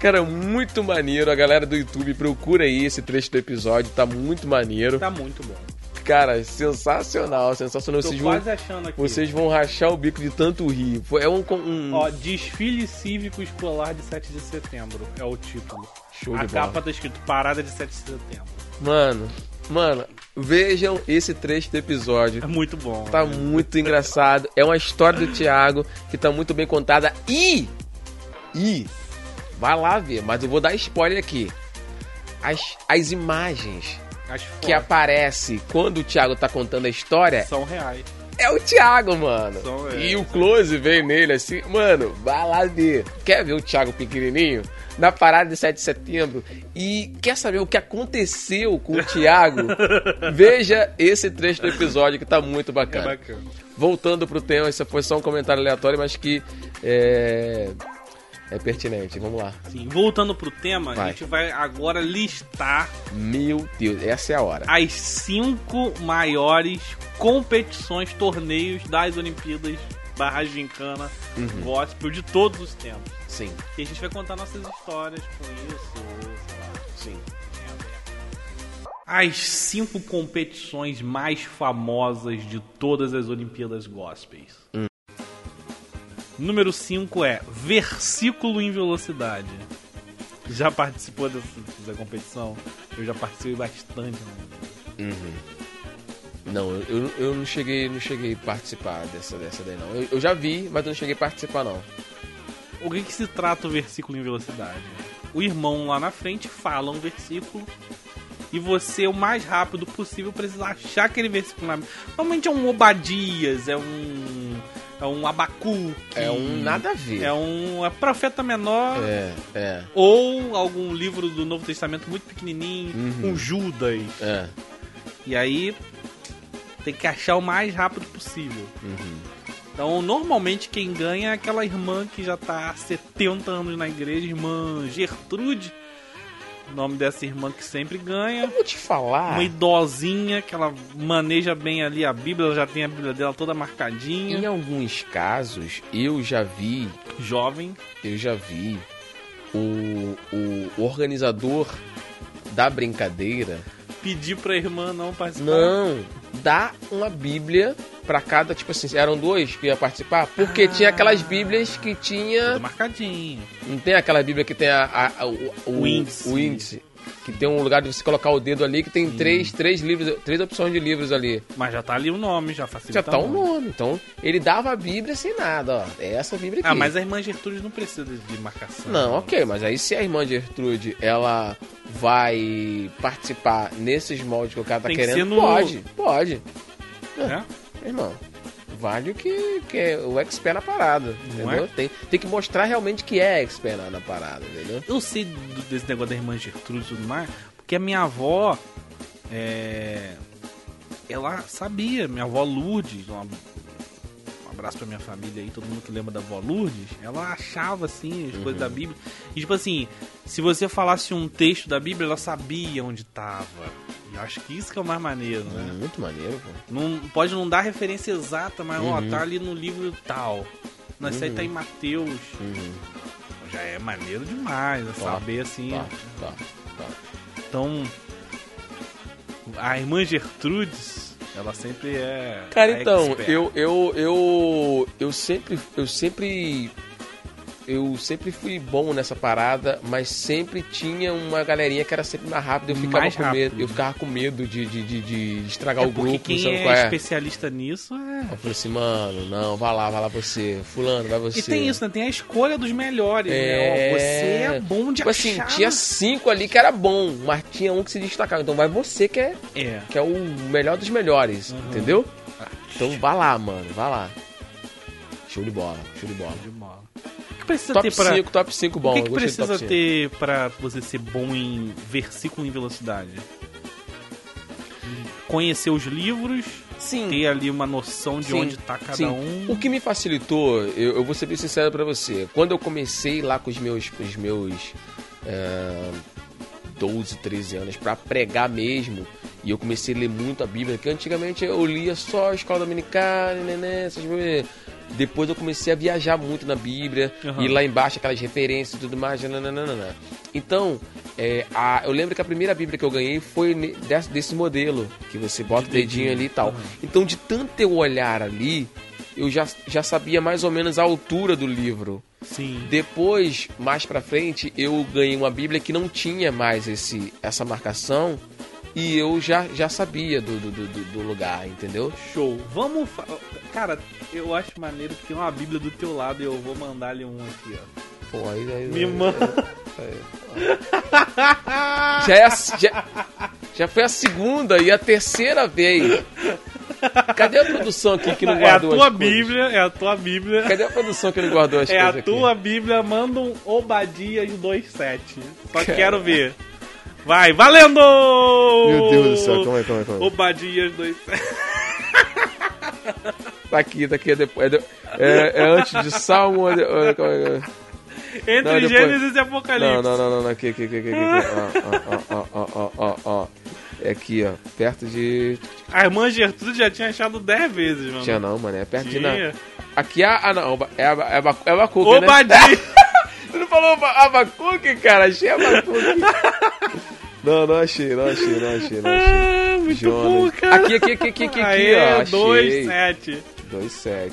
B: Cara, muito maneiro. A galera do YouTube procura aí esse trecho do episódio. Tá muito maneiro.
A: tá muito bom.
B: Cara, sensacional, sensacional.
A: Tô
B: Vocês vão,
A: quase achando aqui.
B: vocês vão rachar o bico de tanto rir. Foi- É um, con- um
A: Ó, desfile cívico escolar de 7 de setembro é o título.
B: show
A: A
B: de bola.
A: capa tá escrito Parada de 7 de setembro.
B: Mano, mano, Vejam esse trecho do episódio.
A: É muito bom.
B: Tá muito engraçado. É uma história do Thiago que tá muito bem contada. E. E. Vai lá ver, mas eu vou dar spoiler aqui. As, as imagens
A: Acho
B: que
A: foda.
B: aparecem quando o Thiago tá contando a história
A: São reais.
B: é o Thiago, mano.
A: São
B: E
A: reais.
B: o close vem nele assim, mano, vai lá ver. Quer ver o Thiago pequenininho? Na parada de 7 de setembro. E quer saber o que aconteceu com o
A: *laughs*
B: Thiago? Veja esse trecho do episódio que tá muito
A: É
B: bacana.
A: bacana.
B: Voltando pro tema, isso foi só um comentário aleatório, mas que é, é pertinente. Vamos lá.
A: Sim, voltando pro tema, a
B: Vai.
A: gente vai agora listar
B: Meu Deus, essa é a hora.
A: as cinco maiores competições, torneios das Olimpíadas barra gincana
B: Uhum.
A: gospel de todos os tempos.
B: Sim,
A: E a gente vai contar nossas histórias com isso. sei lá.
B: sim.
A: As cinco competições mais famosas de todas as Olimpíadas Gospels. Número 5 é Versículo em Velocidade. Já participou dessa, dessa competição? Eu já participei bastante. né?
B: Não, eu- eu, eu não cheguei não cheguei a participar dessa, dessa daí, não. Eu, eu já vi, mas eu não cheguei a participar, não.
A: O que, que se trata o versículo em velocidade? O irmão lá na frente fala um versículo e você, o mais rápido possível, precisa achar aquele versículo na Normalmente é um Obadias, é um. É um Abacuque.
B: É um nada a ver.
A: É um é profeta menor
B: É, é,
A: ou algum livro do Novo Testamento muito pequenininho,
B: Uhum.
A: um Judas.
B: é.
A: E aí tem que achar o mais rápido possível.
B: Uhum.
A: Então, normalmente quem ganha é aquela irmã que já tá há 70 anos na igreja, irmã Gertrude. O nome dessa irmã que sempre ganha.
B: Eu vou te falar.
A: Uma idosinha que ela maneja bem ali a Bíblia, ela já tem a Bíblia dela toda
B: Em
A: marcadinha.
B: alguns casos, eu já vi
A: Jovem.
B: eu já vi o, o organizador da brincadeira
A: Pedir pra irmã não participar.
B: não dar uma bíblia pra cada tipo assim eram dois que ia participar porque
A: Ah.
B: tinha aquelas bíblias que
A: Tudo
B: tinha
A: marcadinho.
B: não tem aquela bíblia que tem a, a- a- o,
A: O índice.
B: o índice, que tem um lugar de você colocar o dedo ali que tem três, três livros três opções de livros ali
A: Mas já tá ali o nome, já facilita.
B: já tá um
A: muito.
B: nome então ele dava a bíblia sem nada ó é essa bíblia aqui
A: Ah, mas a irmã Gertrude não precisa de marcação.
B: Não, ok, mas aí se a irmã Gertrude ela vai participar nesses moldes que o cara tá
A: Tem que ser
B: querendo,
A: no-
B: pode, pode.
A: Né?
B: Irmão, vale o que, que é o expert na parada, entendeu?
A: é?
B: Tem, tem que mostrar realmente que é expert na, na parada, entendeu?
A: Eu sei do- desse negócio da irmã Gertrude e tudo mais, porque a minha avó. É... Ela sabia, minha avó Lourdes, um ab- um abraço pra minha família aí, todo mundo que lembra da avó Lourdes, ela achava assim as coisas da Bíblia. E tipo assim, se você falasse um texto da Bíblia, ela sabia onde tava. E eu acho que isso que é o mais maneiro, né?
B: Muito maneiro, pô.
A: Não, pode não dar referência exata, mas
B: Uhum.
A: ó, tá ali no livro tal. Mas isso aí tá em Mateus. Já é maneiro demais, né?
B: Uhum. Tá,
A: saber assim.
B: Tá, tá, tá.
A: Então, a irmã Gertrudes, ela sempre é.
B: Cara,
A: a
B: então,
A: expert.
B: eu, eu, eu, eu sempre, eu sempre, eu sempre fui bom nessa parada, mas sempre tinha uma galerinha que era sempre mais rápida. Eu ficava
A: Mais
B: com medo,
A: rápido.
B: eu ficava com medo de, de, de, de estragar
A: É
B: o
A: porque
B: grupo,
A: quem
B: sabe
A: é,
B: qual é?
A: especialista nisso é.
B: Eu falei assim, mano, não, vai lá, vai lá você, fulano, vai você.
A: E tem isso, né? Tem a escolha dos melhores, né?
B: É.
A: Ó, você é bom de
B: Tipo assim,
A: achar.
B: tinha cinco ali que era bom, mas tinha um que se destacava. Então vai você que é,
A: É. Ah,
B: que é o melhor dos melhores, entendeu? Então vai lá, mano, vai lá. Show de bola, show de bola.
A: De bola. O que precisa
B: Top
A: ter Tá pra.
B: 5, top 5 bom.
A: o que, que
B: eu gostei do
A: precisa
B: top cinco.
A: ter pra você ser bom em versículo em velocidade? Conhecer os livros,
B: Sim.
A: ter ali uma noção de
B: Sim,
A: onde tá cada
B: sim.
A: um.
B: O que me facilitou, eu, eu vou ser bem sincero pra você. Quando eu comecei lá com os meus, com os meus é, 12, 13 anos pra pregar mesmo, e eu comecei a ler muito a Bíblia, que antigamente eu lia só a escola dominical, né, né, essas coisas. Depois eu comecei a viajar muito na Bíblia,
A: Aham.
B: e lá embaixo aquelas referências e tudo mais. né, nananana. Então, é, a- eu lembro que a primeira Bíblia que eu ganhei foi ne- desse, desse modelo, que você bota o dedinho ali e tal. Então, de tanto eu olhar ali, eu já, já sabia mais ou menos a altura do livro.
A: Sim.
B: Depois, mais pra frente, eu ganhei uma Bíblia que não tinha mais esse, essa marcação. E eu já, já sabia do, do, do, do lugar, entendeu?
A: Show. Vamos. fa- Cara, eu acho maneiro que tem uma Bíblia do teu lado e eu vou mandar lhe um aqui, ó.
B: Pô, aí, aí,
A: Me manda.
B: Já, é a, já, já foi a segunda e a terceira vez. Cadê a produção aqui que não
A: É a
B: guardou
A: tua
B: as coisas?
A: Bíblia, é a tua Bíblia.
B: Cadê a produção que não guardou as
A: *laughs* É
B: coisas
A: a
B: aqui?
A: tua Bíblia, manda um Obadias 2.7. Só quero ver. Vai, valendo!
D: Meu Deus do céu, calma aí, calma aí, calma aí.
A: Obadias 2.7.
B: Tá aqui, tá aqui, é depois. É, de- é- é antes de Salmo. É, de- é, calma aí, calma aí.
A: Entre
B: Não, depois-
A: Gênesis e Apocalipse.
B: Não, não, não, não, não, aqui, aqui, aqui, aqui,
A: Ah.
B: aqui. Ó, ó, ó, ó, ó, ó, ó. É aqui, ó, perto de.
A: A irmã Gertrude já tinha achado 10 vezes, mano.
B: Tinha não, mano, é perto de.
A: Tinha.
B: Na... Aqui é a. Ah, não, é a, é a, Abacu- é a Abacuque, né? *laughs*
A: Obadias.
B: Tu não falou Aba- Abacuque, cara? Achei
A: *laughs*
B: Abacuque.
D: Não, não achei, não achei, não achei, não achei.
A: Ah, muito
D: Jonas.
A: bom, cara.
B: Aqui, aqui, aqui, aqui, aqui, aqui, ó.
A: Aê,
B: achei.
A: 2.7.
B: 2,7.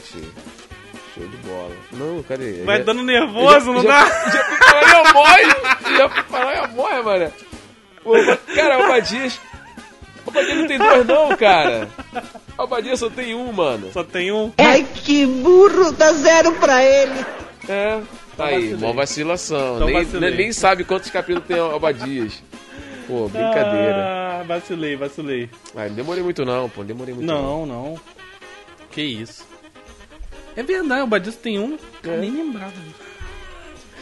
B: Show de bola. Não, cadê? É
A: Vai
B: Já-
A: dando nervoso, não
B: já-
A: dá?
B: Já fui falar em Amói! Já fui falar em Amói, mano. O Oba- Cara, o Obadias. O Obadias não tem dois, não, cara. O Obadias só tem um, mano.
A: Só tem um.
E: Ai, que burro, dá zero pra ele.
B: É. Tá aí, mó vacilação.
A: Só
B: Nem,
A: vacilei.
B: nem- nem sabe quantos capítulos tem o Obadias. Pô, brincadeira.
A: Ah, vacilei, vacilei.
B: Ah, não demorei muito, não, pô. Não demorei muito.
A: Não, não. Que isso. É verdade, o Badias tem um.
B: É.
A: Cara, nem lembrava.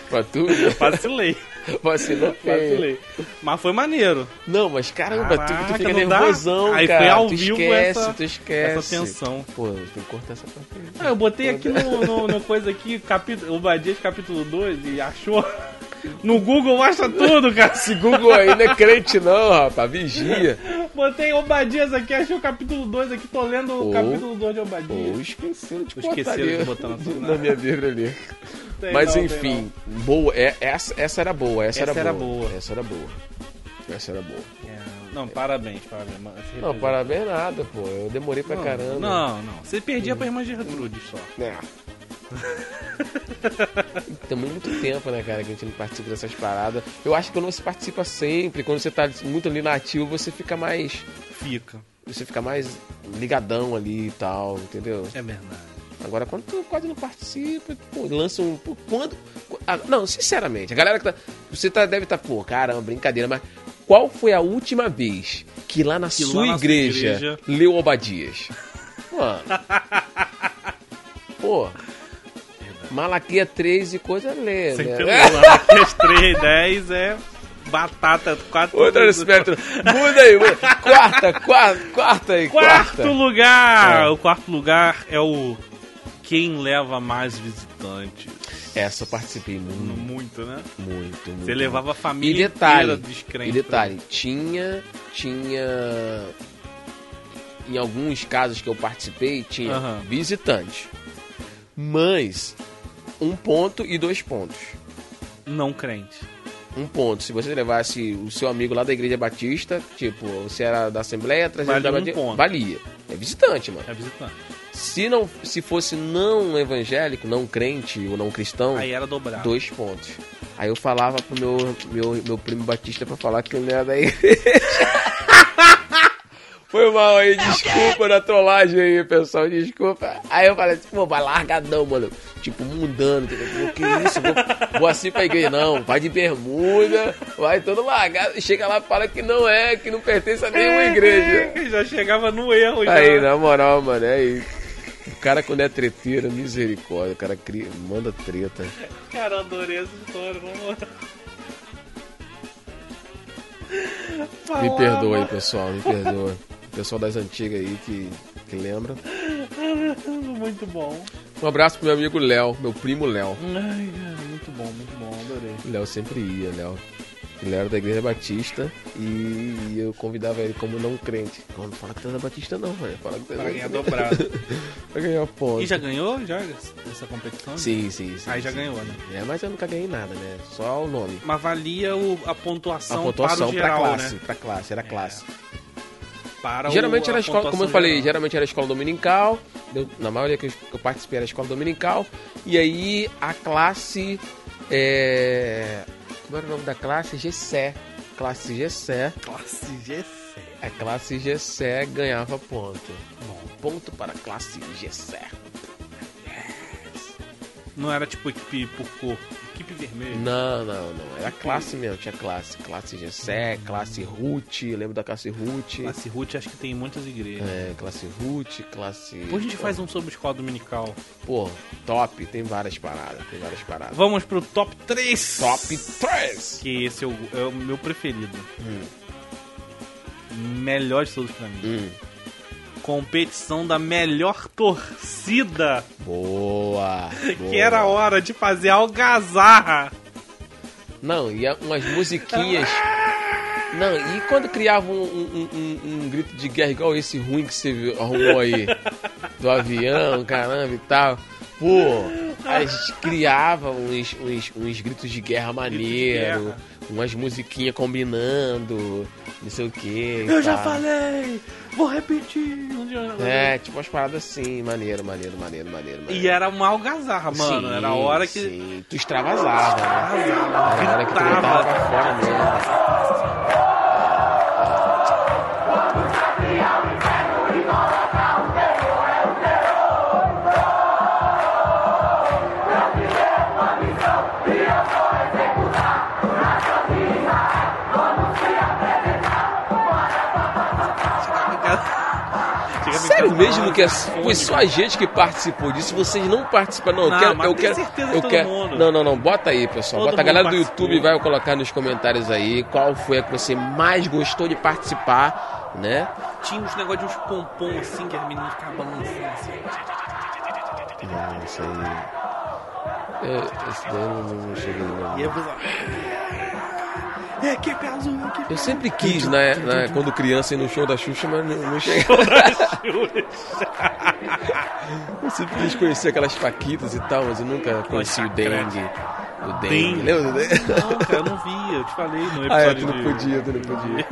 B: Pra tu,
A: *laughs*
B: né? *laughs*
A: Vacilei,
B: vacilou feio.
A: vacilei. Mas foi maneiro.
B: Não, mas caramba, tu,
A: Caraca,
B: tu fica
A: não dá?
B: nervosão,
A: Aí foi
B: cara.
A: ao
B: tu
A: vivo
B: esquece,
A: essa-
B: tu esquece.
A: essa tensão.
B: Pô, tem que cortar essa parte. aí.
A: Ah, eu botei aqui no,
B: *laughs*
A: no- no coisa aqui, capítulo, o Badias capítulo 2 e achou. *laughs* No Google acha tudo, cara.
B: Esse Google aí não é crente não, rapaz. Vigia.
A: Botei Obadias aqui, achei o capítulo 2 aqui, tô lendo o
B: Ô.
A: capítulo 2 de
B: Pô,
A: Obadias.
B: esqueceram de
A: Esqueceram
B: botar
A: de
B: ali
A: botar na
B: *laughs*
A: tua-
B: na minha Bíblia ali.
A: Tem
B: Mas
A: não, tem
B: enfim, boa. É, essa, essa era boa, essa,
A: Essa
B: era,
A: era
B: boa.
A: boa.
B: Essa era boa. Essa era boa.
A: Não, É, não, parabéns, parabéns. mano, se
B: Não, parabéns nada, pô. Eu demorei pra
A: representa.
B: caramba. É.
A: Não, não. Você perdia pra irmã Gertrude só. *laughs*
B: Também muito tempo, né, cara, que a gente não participa dessas paradas. Eu acho que quando você participa sempre, quando você tá muito ali na ativa, você fica mais.
A: Fica.
B: Você fica mais ligadão ali e tal, entendeu?
A: É verdade.
B: Agora, quando tu quase não participa, pô, lança um. pô, Quando. ah, não, sinceramente, a galera que tá. Você tá, deve estar, tá, pô, caramba, brincadeira, mas qual foi a última vez que lá na
A: Que lá
B: sua
A: na sua
B: igreja,
A: igreja-
B: leu Obadias?
A: *laughs*
B: Mano. pô. Malaquia 3 e coisa lê,
A: Sem
B: né?
A: celular, que as 3 10 é batata 4
B: *laughs* Outra no espectro. Muda aí, muda. Quarta, quarta, quarta aí,
A: Quarto
B: quarta.
A: lugar!
B: É.
A: O quarto lugar é o Quem leva mais visitantes.
B: Essa eu participei muito,
A: Muito, né?
B: muito, muito.
A: Você levava a
B: E
A: família
B: detalhe,
A: inteira dos crentes.
B: e detalhe, tinha, tinha, em alguns casos que eu participei, tinha
A: Aham.
B: visitante, mas um ponto e dois pontos.
A: Não crente.
B: Um ponto, se você levasse o seu amigo lá da Igreja Batista, tipo, você era da Assembleia, trazia
A: Valia
B: da
A: um
B: Batista,
A: ponto.
B: valia. É visitante, mano.
A: É visitante.
B: Se não, se fosse não evangélico, não crente ou não cristão,
A: Aí era dobrado.
B: dois pontos. Aí eu falava pro meu, meu, meu primo Batista pra falar que ele não era da igreja. *laughs* Foi mal aí, desculpa da trollagem aí, pessoal, desculpa. Aí eu falei assim, pô, vai largadão, mano. Tipo, mundando, que, que isso, vou, vou assim pra igreja. Não, vai de bermuda, vai todo largado. Chega lá e fala que não é, que não pertence a nenhuma igreja.
A: É, já chegava no erro já.
B: Aí, né? na moral, mano, é isso. O cara quando é treteiro, misericórdia, o cara cria, manda treta.
A: Cara, eu adorei essa história, vamos lá.
B: Me perdoe, pessoal, me perdoa. Pessoal das antigas aí que, que lembra.
A: Muito bom.
B: Um abraço pro meu amigo Léo, meu primo Léo.
A: Ai, cara, muito bom, muito bom, adorei.
B: O Léo sempre ia, Léo. Ele era da Igreja Batista e eu convidava ele como não crente. Não, não fala que tu é da Batista não, velho. Fala que tu é
A: Pra ganhar
B: da
A: dobrado.
B: Pra ganhar
A: E
B: ponto.
A: já ganhou já essa competição?
B: Sim, sim, sim.
A: Aí já
B: sim.
A: ganhou, né?
B: É, mas eu nunca ganhei nada, né? Só o nome.
A: Mas valia o- a
B: A
A: pontuação, para
B: pontuação
A: o geral,
B: pra classe,
A: né?
B: pra classe, era classe.
A: Para o-
B: Geralmente era
A: a
B: a escola, como eu
A: pontuação
B: falei,
A: geral.
B: geralmente era a escola dominical. eu- na maioria que eu, que eu participei era a escola dominical. E aí a classe. É, como era o nome da classe? GC. Classe GC.
A: Classe GC.
B: A classe GC ganhava ponto.
A: Bom,
B: Ponto para a classe GC.
A: não era tipo equipe por cor, equipe vermelha.
B: Não, não, não. Era classe mesmo, tinha classe. Classe GC, classe Root, eu lembro da classe Root.
A: Classe Ruth acho que tem em muitas igrejas.
B: É, classe Root, classe.
A: Depois a gente faz um sobre escola dominical.
B: Pô, top, tem várias paradas, tem várias paradas.
A: Vamos pro top 3.
B: Top 3!
A: Que esse é o, é o meu preferido. Melhor de todos pra mim.
B: Hum.
A: Competição da melhor torcida.
B: Boa!
A: *laughs*
B: boa.
A: Que era a hora de fazer algazarra.
B: Não, e a- umas musiquinhas. Não, e quando criava um, um- um- um grito de guerra igual esse ruim que você viu- arrumou aí? Do avião, caramba e tal. Pô, a gente criava uns, uns, uns gritos de guerra maneiro,
A: guerra.
B: umas musiquinhas combinando, não sei o que.
A: Eu já falei, vou repetir. Um dia-
B: É, tipo umas paradas assim, maneiro, maneiro, maneiro, maneiro. maneiro.
A: E era uma algazarra, mano.
B: Sim,
A: era a hora que.
B: Sim, tu extravasava, né?
A: Algazarra,
B: Era a hora que tu botava pra fora mesmo.
A: Chega a me
B: Sério
A: cantar
B: mesmo que é, foi
A: fone,
B: só a gente que participou disso? Vocês não participaram? Não, eu
A: Não,
B: quero.
A: mas
B: eu
A: tem
B: quero,
A: certeza
B: eu
A: todo
B: quero.
A: mundo.
B: Não, não, não. Bota aí, pessoal.
A: Todo
B: Bota a galera do
A: mundo
B: YouTube
A: participou.
B: vai colocar nos comentários aí qual foi a que você mais gostou de participar, né?
A: Tinha uns negócios de uns pompom assim que as meninas ficavam balançando assim.
B: Não, isso aí. Eu, esse daí eu não, não cheguei, não.
A: E é aí, pessoal. Equipe azul, equipe
B: Eu sempre quis, né, né, Quando criança ir no show da Xuxa, mas não, não cheguei.
A: *laughs*
B: Eu sempre quis conhecer aquelas paquitas e tal, mas eu nunca conheci o Dengue. O Dengue.
A: Dengue.
B: Lembra do Dengue?
A: Não, cara, eu não vi, eu te falei no episódio
B: Ah, é, tu não
A: de-
B: podia, tu não podia.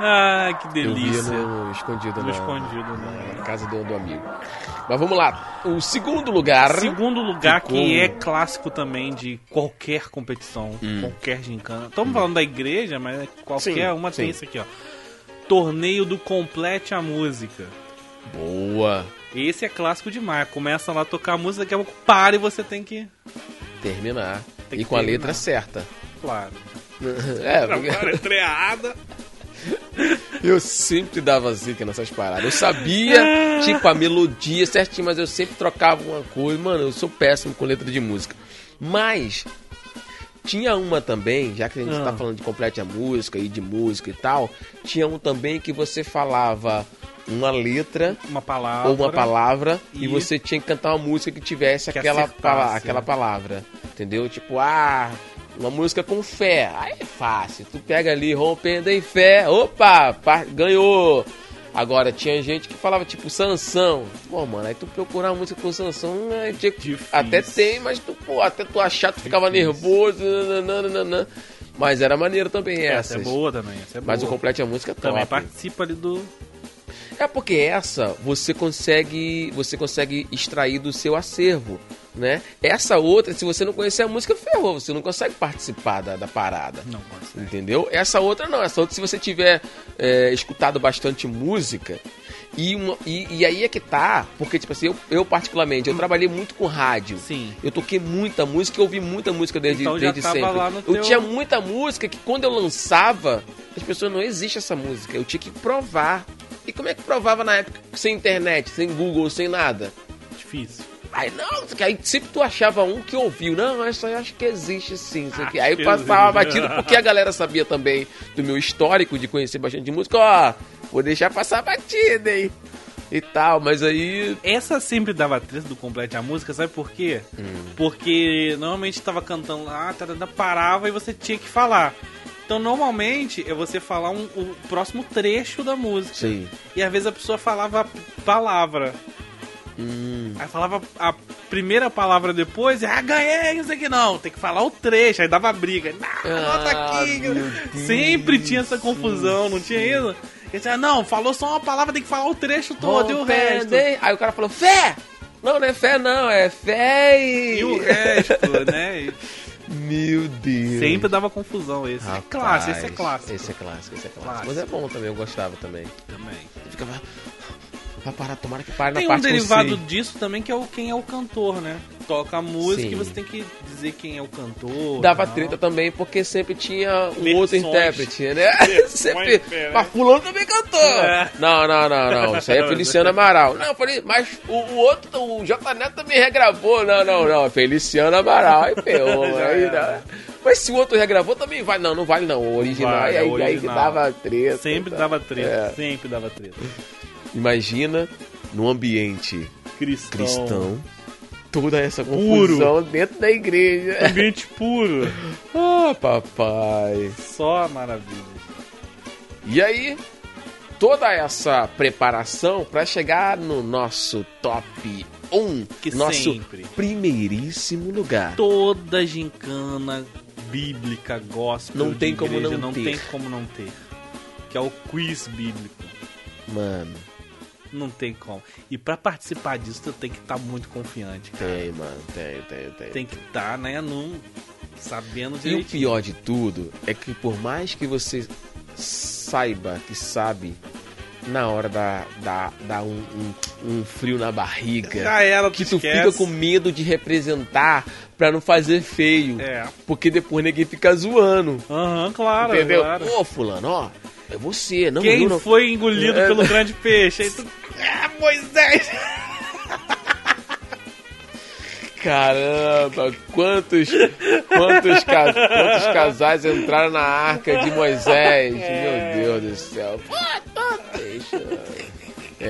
A: Ah, que
B: Eu via né?
A: delícia.
B: no escondido,
A: No
B: na-
A: escondido, né?
B: Na casa do, do amigo. Mas vamos lá. O segundo lugar.
A: Segundo lugar
B: Ficou- Hum.
A: que é clássico também de qualquer competição, qualquer gincana. Estamos falando da igreja, mas é qualquer
B: Sim,
A: uma
B: sim.
A: tem isso aqui, ó. Torneio do Complete a Música.
B: Boa.
A: Esse é clássico demais. Começa lá a tocar a música, daqui a pouco para e você tem que.
B: Terminar.
A: Tem
B: e
A: que
B: com a
A: terminar. *laughs*
B: letra certa.
A: Claro.
B: É, porque
A: Agora entreada.
B: eu sempre dava zica nessas paradas. Eu
A: *laughs*
B: sabia, tipo, a melodia certinho, mas eu sempre trocava uma coisa. Mano, eu sou péssimo com letra de música. Mas tinha uma também, já que a gente
A: Ah.
B: tá falando de complete a música e de música e tal, tinha um também que você falava uma letra
A: Uma palavra.
B: ou uma palavra e,
A: E-
B: você tinha que cantar uma música que tivesse
A: Que
B: aquela,
A: acertasse,
B: pala-
A: né?
B: aquela palavra. Entendeu? Tipo, ah, uma música com fé. Aí é fácil. Tu pega ali, rompendo em fé. Opa, pa- ganhou. Agora, tinha gente que falava, tipo, Sansão. Pô, mano, aí tu procurar uma música com Sansão, né, tinha que-
A: Difícil.
B: até tem, mas tu, pô, até tu achar, tu ficava nervoso. nananana. Mas era maneiro também
A: Essa é
B: essas.
A: boa também. Essa é boa.
B: mas o complete a música é top.
A: Também participa ali do.
B: É porque essa você consegue, você consegue extrair do seu acervo, né? Essa outra, se você não conhecer a música, ferrou, você não consegue participar da, da parada.
A: Não, consegue.
B: Entendeu? Essa outra não, essa outra se você tiver é, escutado bastante música e, uma- e, e aí é que tá, porque tipo assim, eu, eu particularmente, eu trabalhei muito com rádio.
A: Sim.
B: Eu toquei muita música, eu ouvi muita música desde,
A: Então já
B: desde
A: tava
B: sempre.
A: lá no
B: eu
A: teu-
B: tinha muita música que quando eu lançava, as pessoas não existe essa música. Eu tinha que provar. E como é que provava na época sem internet, sem Google, sem nada?
A: Difícil.
B: Aí não, porque aí sempre tu achava um que ouviu. Não, essa eu acho que existe sim. Isso aqui. Aí
A: que
B: passava
A: existe.
B: batido, porque a galera sabia também do meu histórico de conhecer bastante de música. Ó, vou deixar passar batida, hein? E tal, mas aí.
A: Essa sempre dava treta do complete a música, sabe por quê?
B: Hum.
A: Porque normalmente tava cantando lá, tarada, parava e você tinha que falar. Então normalmente é você falar um- o próximo trecho da música.
B: Sim.
A: E às vezes a pessoa falava a palavra. Aí falava a primeira palavra depois e ah, ganhei, isso aqui não. Tem que falar o trecho, aí dava briga. Não, anota
B: Ah,
A: aqui.
B: meu
A: Sempre tinha essa confusão, não tinha isso? Ele disse, ah, não, falou só uma palavra, tem que falar o trecho todo e o resto.
B: Aí o cara falou, fé! Não, não é fé, não, é fé e.
A: E o resto, né?
D: Meu
B: *laughs*
D: Deus.
A: Sempre dava confusão esse. é clássico, esse é clássico.
B: Esse é clássico, esse é clássico.
A: Clássico.
B: Mas é bom também, eu gostava também.
A: Também.
B: Ficava. Vai parar, tomara que pare é na
A: Tem um
B: parte que eu
A: derivado
B: sei.
A: disso também que é o quem é o cantor, né? Toca a música
B: Sim.
A: e você tem que dizer quem é o cantor.
B: Dava
A: tal.
B: treta também, porque sempre tinha um
A: Versões.
B: outro intérprete,
A: *laughs*
B: né? *laughs* sempre.
A: diferentes.
B: Mas fulano também cantou.
A: É.
B: Não, não, não,
A: *laughs*
B: não. Isso aí é Feliciano Amaral. Não, eu falei, mas o, o outro, o J Neto também regravou. Não, não, não. é Feliciano Amaral. Aí ferrou.
A: *laughs* Já
B: aí,
A: era.
B: né? Mas se o outro regravou, também vai. Não, não vale não. O original.
A: Vale,
B: aí,
A: o
B: aí que
A: original.
B: dava treta.
A: Sempre
B: tá?
A: dava treta,
B: É.
A: sempre dava treta.
B: Imagina no ambiente
A: Cristão.
B: cristão. Toda essa confusão dentro
A: *laughs*
B: da igreja.
A: Ambiente puro.
B: Ah, papai.
A: Só maravilha.
B: E aí, toda essa preparação para chegar no nosso top 1,
A: Que
B: nosso
A: sempre.
B: primeiríssimo lugar.
A: Toda gincana bíblica, gospel,
B: Não
A: de
B: tem como
A: igreja,
B: não
A: não
B: ter.
A: tem como não ter. Que é o quiz bíblico.
B: Mano,
A: Não tem como. E pra participar disso, tu tem que estar muito confiante.
B: tem, mano, tem, tem, tem.
A: Tem que estar, né, num... Sabendo
B: E o
A: direitinho.
B: pior de tudo é que por mais que você saiba que sabe, na hora dá, dá, dá um, um- um frio na barriga.
A: Já era,
B: que tu
A: esquece.
B: fica com medo de representar pra não fazer feio.
A: É.
B: Porque depois ninguém fica zoando.
A: Aham, claro,
B: entendeu?
A: claro.
B: Ô, fulano, ó, é você, não
A: Quem
B: eu, não.
A: foi engolido
B: É.
A: pelo grande peixe? Aí tu... Ah, Moisés!
B: Caramba, quantos, quantos, ca- quantos casais entraram na arca de Moisés?
A: É.
B: Meu Deus do céu. Puta, deixa. É,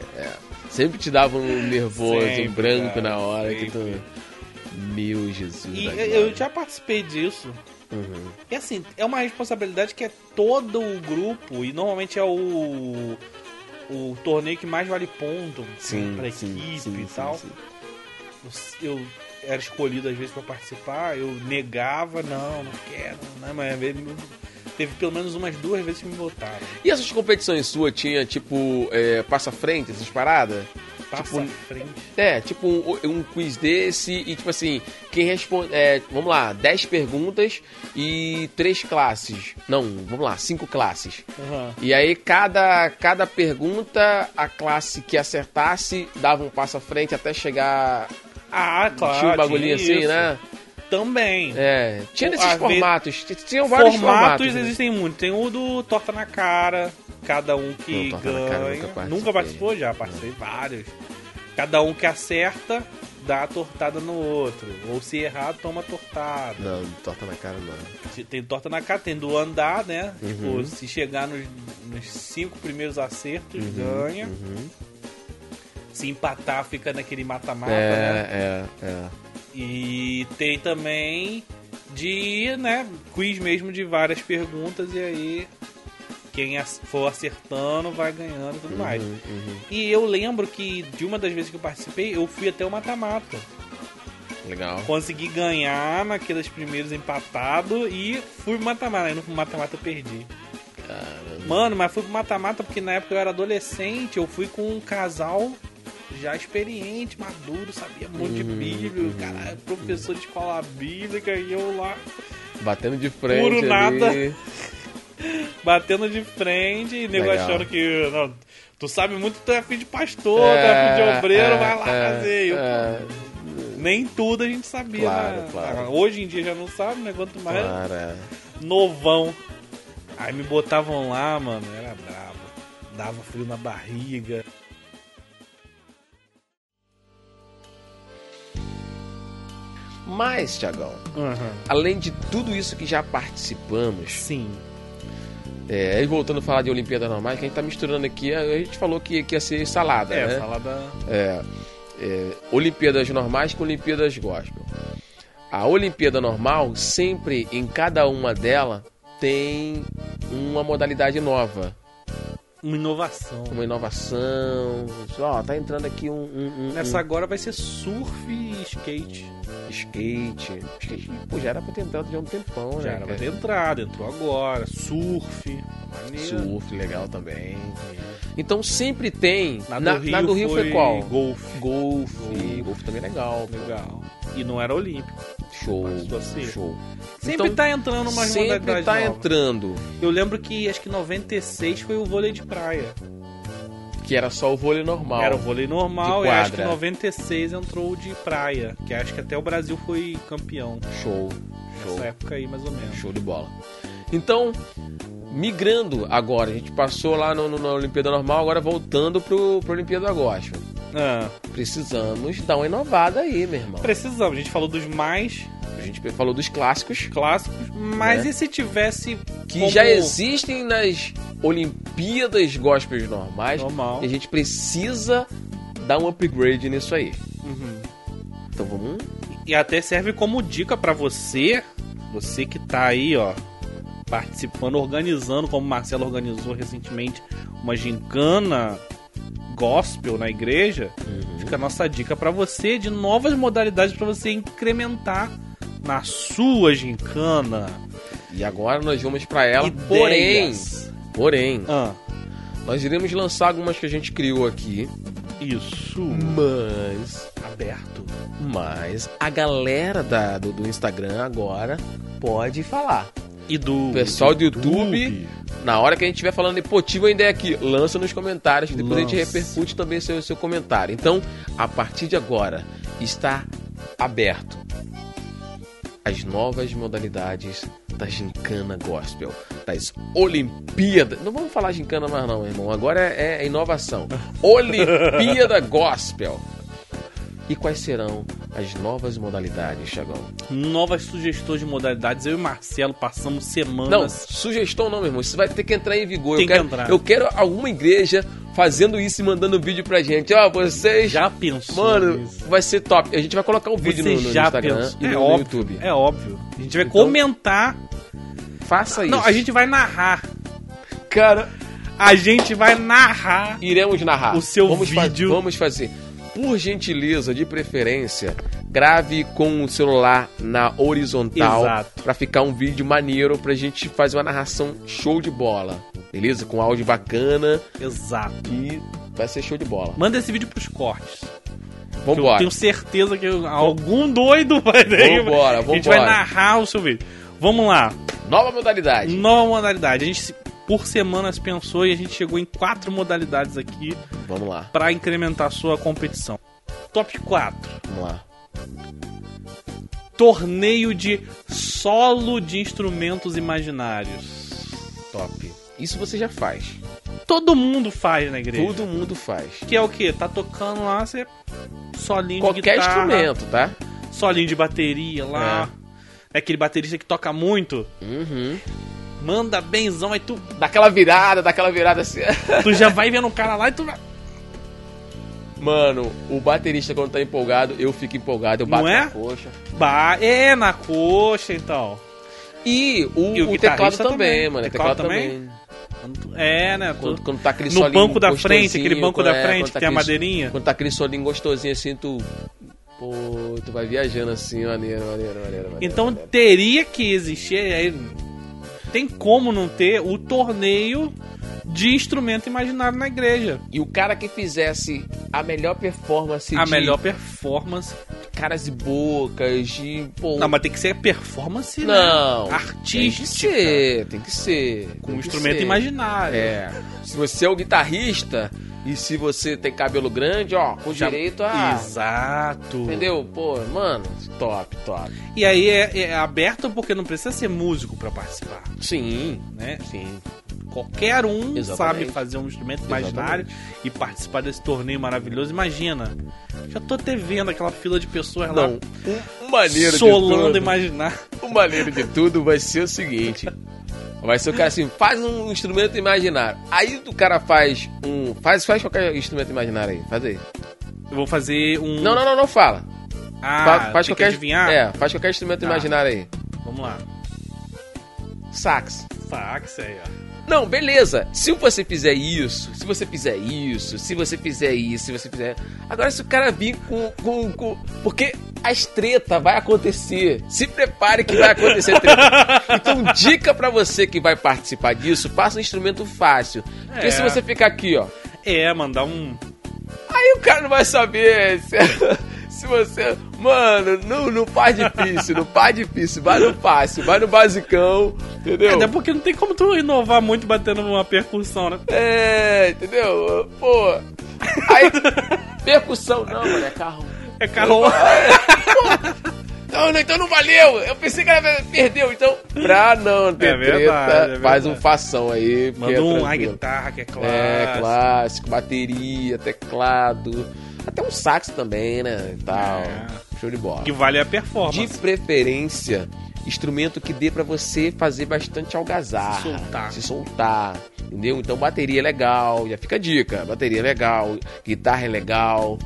B: é, é. Sempre te dava um nervoso,
A: Sempre,
B: um branco
A: cara,
B: na hora que
A: sempre.
B: tu... Meu Jesus.
A: E
B: da
A: eu
B: glória.
A: já participei disso.
B: Uhum.
A: E assim, é uma responsabilidade que é todo o grupo e normalmente é o o torneio que mais vale ponto
B: Sim,
A: pra
B: sim,
A: equipe
B: sim,
A: e
B: sim,
A: tal.
B: sim.
A: Eu era escolhido às vezes pra participar, eu negava, não, não quero, né? Mas às vezes, teve pelo menos umas duas vezes que me votaram.
B: E essas competições suas tinha, tipo, é, passa-frente, essas paradas?
A: Passa
B: Tipo,
A: à frente.
B: É, tipo um, um quiz desse e tipo assim, quem responde. É, vamos lá, 10 perguntas e três classes. Não, vamos lá, cinco classes.
A: Aham.
B: E aí cada, cada pergunta, a classe que acertasse dava um passo à frente até chegar.
A: Ah, claro.
B: tinha um bagulhinho
A: tinha
B: assim,
A: isso.
B: né?
A: Também.
B: É. Tinha
A: Ou,
B: desses
A: às vezes,
B: formatos. t- Tinham vários
A: Formatos,
B: formatos. né?
A: existem muitos. Tem o do Torta na Cara, cada um que
B: Não, Torta na
A: ganha.
B: Cara eu nunca
A: nunca,
B: participei.
A: participou? Já participei vários. Cada um que acerta, dá a tortada no outro. Ou se errar, toma a tortada.
B: Não, não torta na cara não.
A: Tem torta na cara, tem do andar, né?
B: Uhum.
A: Tipo, se chegar nos, nos cinco primeiros acertos, ganha.
B: Uhum.
A: Se empatar, fica naquele mata-mata, né?
B: É, é, é.
A: E tem também de, né, quiz mesmo de várias perguntas e aí quem ac- for acertando vai ganhando e tudo mais.
B: Uhum, uhum.
A: E eu lembro que de uma das vezes que eu participei, eu fui até o mata-mata.
B: Legal.
A: Consegui ganhar naqueles primeiros empatado e fui pro mata-mata. Aí no mata-mata eu perdi.
B: Caramba.
A: Mano, mas fui pro mata-mata porque na época eu era adolescente, eu fui com um casal já experiente, maduro, sabia muito de
B: Uhum,
A: Bíblia, o cara é professor de escola bíblica e eu lá
B: Batendo de frente.
A: Puro
B: ali.
A: nada. batendo de frente e nego
B: Legal.
A: achando que. não, tu sabe muito, tu é filho de pastor, tu é filho
B: É,
A: de obreiro,
B: é,
A: vai lá
B: é,
A: fazer. E eu,
B: é,
A: Nem tudo a gente sabia,
B: Claro,
A: né?
B: claro.
A: Hoje em dia já não sabe, né? Quanto mais
B: claro, é.
A: novão. Aí me botavam lá, mano, era brabo. Dava frio na barriga.
B: Mas, Tiagão, além de tudo isso que já participamos,
A: Sim.
B: é, e voltando a falar de Olimpíadas Normais, que a gente tá misturando aqui, a a gente falou que, que ia ser salada,
A: É,
B: né?
A: falar da.
B: É, Olimpíadas Normais com Olimpíadas Gospel. A Olimpíada Normal, sempre em cada uma dela, tem uma modalidade nova.
A: Uma inovação.
B: Uma inovação. Ó, tá entrando aqui um, um, um-
A: Nessa agora vai ser surf e skate.
B: um skate. Skate, pô, já era pra ter entrado já há um tempão, né?
A: Já era
B: cara?
A: pra ter entrado, entrou agora. Surf. Maneiro.
B: Surf, legal também. Então sempre tem.
A: Na, do Rio,
B: na do Rio foi, qual?
A: Golfe.
B: Golfe. Golfe também é legal.
A: Legal. E não era olímpico.
B: Show.
A: Você.
B: Show.
A: Sempre
B: Então,
A: tá entrando umas
B: Sempre
A: modalidades
B: tá
A: novas.
B: entrando.
A: Eu lembro que acho que 96 foi o vôlei de praia.
B: Que era só o vôlei normal.
A: Era o vôlei normal
B: De
A: e acho que
B: quadra.
A: 96 entrou o de praia, que acho que até o Brasil foi campeão
B: Show. Show.
A: nessa época aí mais ou menos.
B: Show de bola. Então, migrando agora, a gente passou lá no, no- na Olimpíada normal, agora voltando pro, pro Olimpíada Gospel.
A: Ah,
B: Precisamos dar uma inovada aí, meu irmão.
A: precisamos, a gente falou dos mais
B: A gente falou dos clássicos
A: clássicos, mas
B: Né?
A: e se tivesse
B: que
A: como
B: já existem nas Olimpíadas Gospels normais.
A: normal?
B: E a gente precisa dar um upgrade nisso aí.
A: Uhum.
B: Então vamos.
A: E até serve como dica pra você, você que tá aí, ó, participando, organizando, como o Marcelo organizou recentemente, uma gincana gospel na igreja.
B: Uhum.
A: Fica a nossa dica pra você de novas modalidades pra você incrementar na sua gincana.
B: E agora nós vamos pra ela.
A: Ideias.
B: É, Porém, porém,
A: Ah,
B: nós iremos lançar algumas que a gente criou aqui.
A: isso.
B: Mas
A: Aberto.
B: Mas a galera da- do, do Instagram agora pode falar.
A: E do.
B: O pessoal do YouTube, na hora que a gente estiver falando, pô, tive uma ideia é aqui, lança nos comentários, que depois a gente
A: Lança.
B: repercute também seu, seu comentário. Então, a partir de agora, está aberto as novas modalidades da gincana gospel, das Olimpíadas. Não vamos falar gincana mais não, irmão. Agora é, é inovação. Olimpíada gospel. E quais serão as novas modalidades, Chagão?
A: Novas sugestões de modalidades. Eu e o Marcelo passamos
B: Não,
A: semanas.
B: sugestão não, meu irmão. Isso vai ter que entrar em vigor.
A: Tem
B: eu
A: que
B: quero,
A: entrar.
B: Eu quero alguma igreja fazendo isso e mandando vídeo pra gente. Ó, vocês.
A: Já pensou?
B: mano,
A: nisso?
B: vai ser top. A gente vai colocar o vídeo
A: Você
B: no, no
A: já
B: Instagram
A: pensou?
B: e
A: É
B: no
A: óbvio.
B: YouTube.
A: É óbvio. A gente vai
B: Então-
A: comentar.
B: Faça isso.
A: Não, a gente vai narrar.
B: cara,
A: A gente vai narrar.
B: iremos narrar.
A: O seu
B: vamos fa-
A: vídeo.
B: vamos fazer. Por gentileza, de preferência, grave com o celular na horizontal
A: Exato.
B: pra ficar um vídeo maneiro pra gente fazer uma narração show de bola. Beleza? Com áudio bacana
A: Exato.
B: e vai ser show de bola.
A: Manda esse vídeo pros cortes. Que eu
B: Vambora.
A: tenho certeza que algum doido vai daí.
B: Vambora,
A: A gente vai
B: vambora.
A: narrar o seu vídeo. Vamos lá.
B: Nova modalidade.
A: Nova modalidade. A gente se- por semanas pensou e a gente chegou em quatro modalidades aqui
B: Vamos lá,
A: pra incrementar a sua competição. Top 4.
B: vamos lá.
A: Torneio de solo de instrumentos imaginários.
B: Top. Isso você já faz.
A: Todo mundo faz na igreja.
B: Todo mundo faz.
A: Que é o quê? Tá tocando lá, você. Solinho
B: Qualquer
A: de guitarra,
B: instrumento, tá?
A: Solinho de bateria lá. É. aquele baterista que toca muito.
B: Uhum.
A: Manda benzão, aí tu,
B: Daquela virada, daquela virada assim. *laughs*
A: tu já vai vendo o cara lá e tu vai.
B: Mano, o baterista quando tá empolgado, eu fico empolgado, eu bato
A: Não é?
B: na coxa.
A: Bah, é na coxa então.
B: E o,
A: E o
B: o teclado
A: guitarrista
B: também,
A: também.
B: mano.
A: Teclado
B: Teclado também.
A: É, né? Tu-
B: Quando, quando tá aquele
A: No
B: solinho
A: banco da frente,
B: gostosinho,
A: aquele banco
B: quando-
A: da
B: é,
A: frente
B: quando tá
A: que tem a
B: aquele-
A: madeirinha.
B: Quando tá aquele solinho gostosinho assim, tu... Pô, tu vai viajando assim, maneiro, maneiro, maneiro. maneiro
A: Então
B: maneiro.
A: teria que existir. é, tem como não ter o torneio de instrumento imaginário na igreja.
B: E o cara que fizesse a melhor performance
A: A
B: de
A: melhor performance.
B: caras e bocas, de. Pô,
A: Não, mas tem que ser performance né?
B: Não. tem que
A: artística.
B: ser, tem que ser.
A: Com
B: tem
A: um
B: que
A: instrumento
B: ser.
A: imaginário.
B: É. Se você é o guitarrista e se você tem cabelo grande, ó, com
A: Já-
B: direito a.
A: Exato.
B: Entendeu? Pô, mano, top, top.
A: E aí é, é aberto porque não precisa ser músico pra participar,
B: Sim,
A: né?
B: sim.
A: Qualquer um
B: Exatamente.
A: sabe fazer um instrumento imaginário e participar desse torneio maravilhoso. Imagina, já tô até vendo aquela fila de pessoas lá
B: Não, um, um maneiro
A: solando
B: de tudo.
A: imaginar.
B: O maneiro de tudo vai ser o seguinte. Vai ser o cara assim, faz um instrumento imaginário. Aí o cara faz um. Faz, faz qualquer instrumento imaginário aí. Faz aí.
A: Eu vou fazer um.
B: Não, não, não, não fala.
A: Ah,
B: Fa- faz
A: tem que
B: qualquer.
A: adivinhar?
B: É, faz qualquer instrumento
A: Tá.
B: imaginário aí.
A: Vamos lá.
B: Sax.
A: Fax aí, ó.
B: Não, beleza. Se você fizer isso, se você fizer isso, se você fizer isso, se você fizer. Agora, se o cara vir com. com, com... Porque as treta vai acontecer. Se prepare que vai acontecer treta. Então, dica pra você que vai participar disso: faça um instrumento fácil. Porque
A: É.
B: se você ficar aqui, ó.
A: É, mandar um.
B: Aí o cara não vai saber se, *laughs* Se você. Mano, no, no par difícil, no par difícil, vai no fácil, vai no basicão, entendeu?
A: Até porque não tem como tu inovar muito batendo uma percussão, né?
B: É, entendeu? Pô. Aí. Percussão não, mano, é carro.
A: É carro.
B: Não, não, então não valeu. Eu pensei que ela perdeu. Então, pra não ter
A: É verdade, é
B: treta, faz
A: verdade.
B: um fação aí. porque
A: Manda um a
B: tranquilo.
A: guitarra, que é claro.
B: É, clássico, bateria, teclado. Até um sax também, né? E tal.
A: É.
B: Show de bola.
A: Que vale a
B: De
A: performance.
B: preferência, instrumento que dê pra você fazer bastante algazarra.
A: Se soltar.
B: Se soltar. Entendeu? Então bateria é legal, já fica a dica. Bateria é legal, guitarra é legal.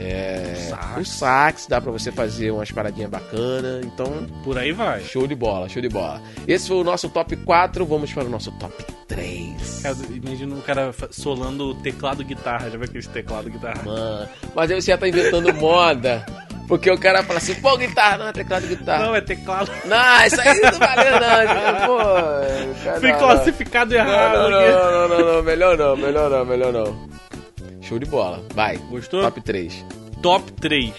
B: É,
A: Sax.
B: o sax dá pra você fazer umas paradinhas bacanas. Então,
A: Por aí vai.
B: show de bola, show de bola. Esse foi o nosso top 4, vamos para o nosso top 3.
A: Cara, É, imagina o cara fa- solando o teclado guitarra. Já vê aquele teclado guitarra?
B: Mano, mas aí você já tá inventando moda. Porque o cara fala assim, pô, guitarra, não, é teclado de guitarra.
A: Não, é teclado.
B: Não, isso aí não valeu, não. Pô, cara,
A: Fui
B: não,
A: classificado errado
B: não, não,
A: aqui.
B: não, não, não, não, melhor não, melhor não, melhor não. Show de bola, vai.
A: Gostou?
B: Top 3.
A: Top 3.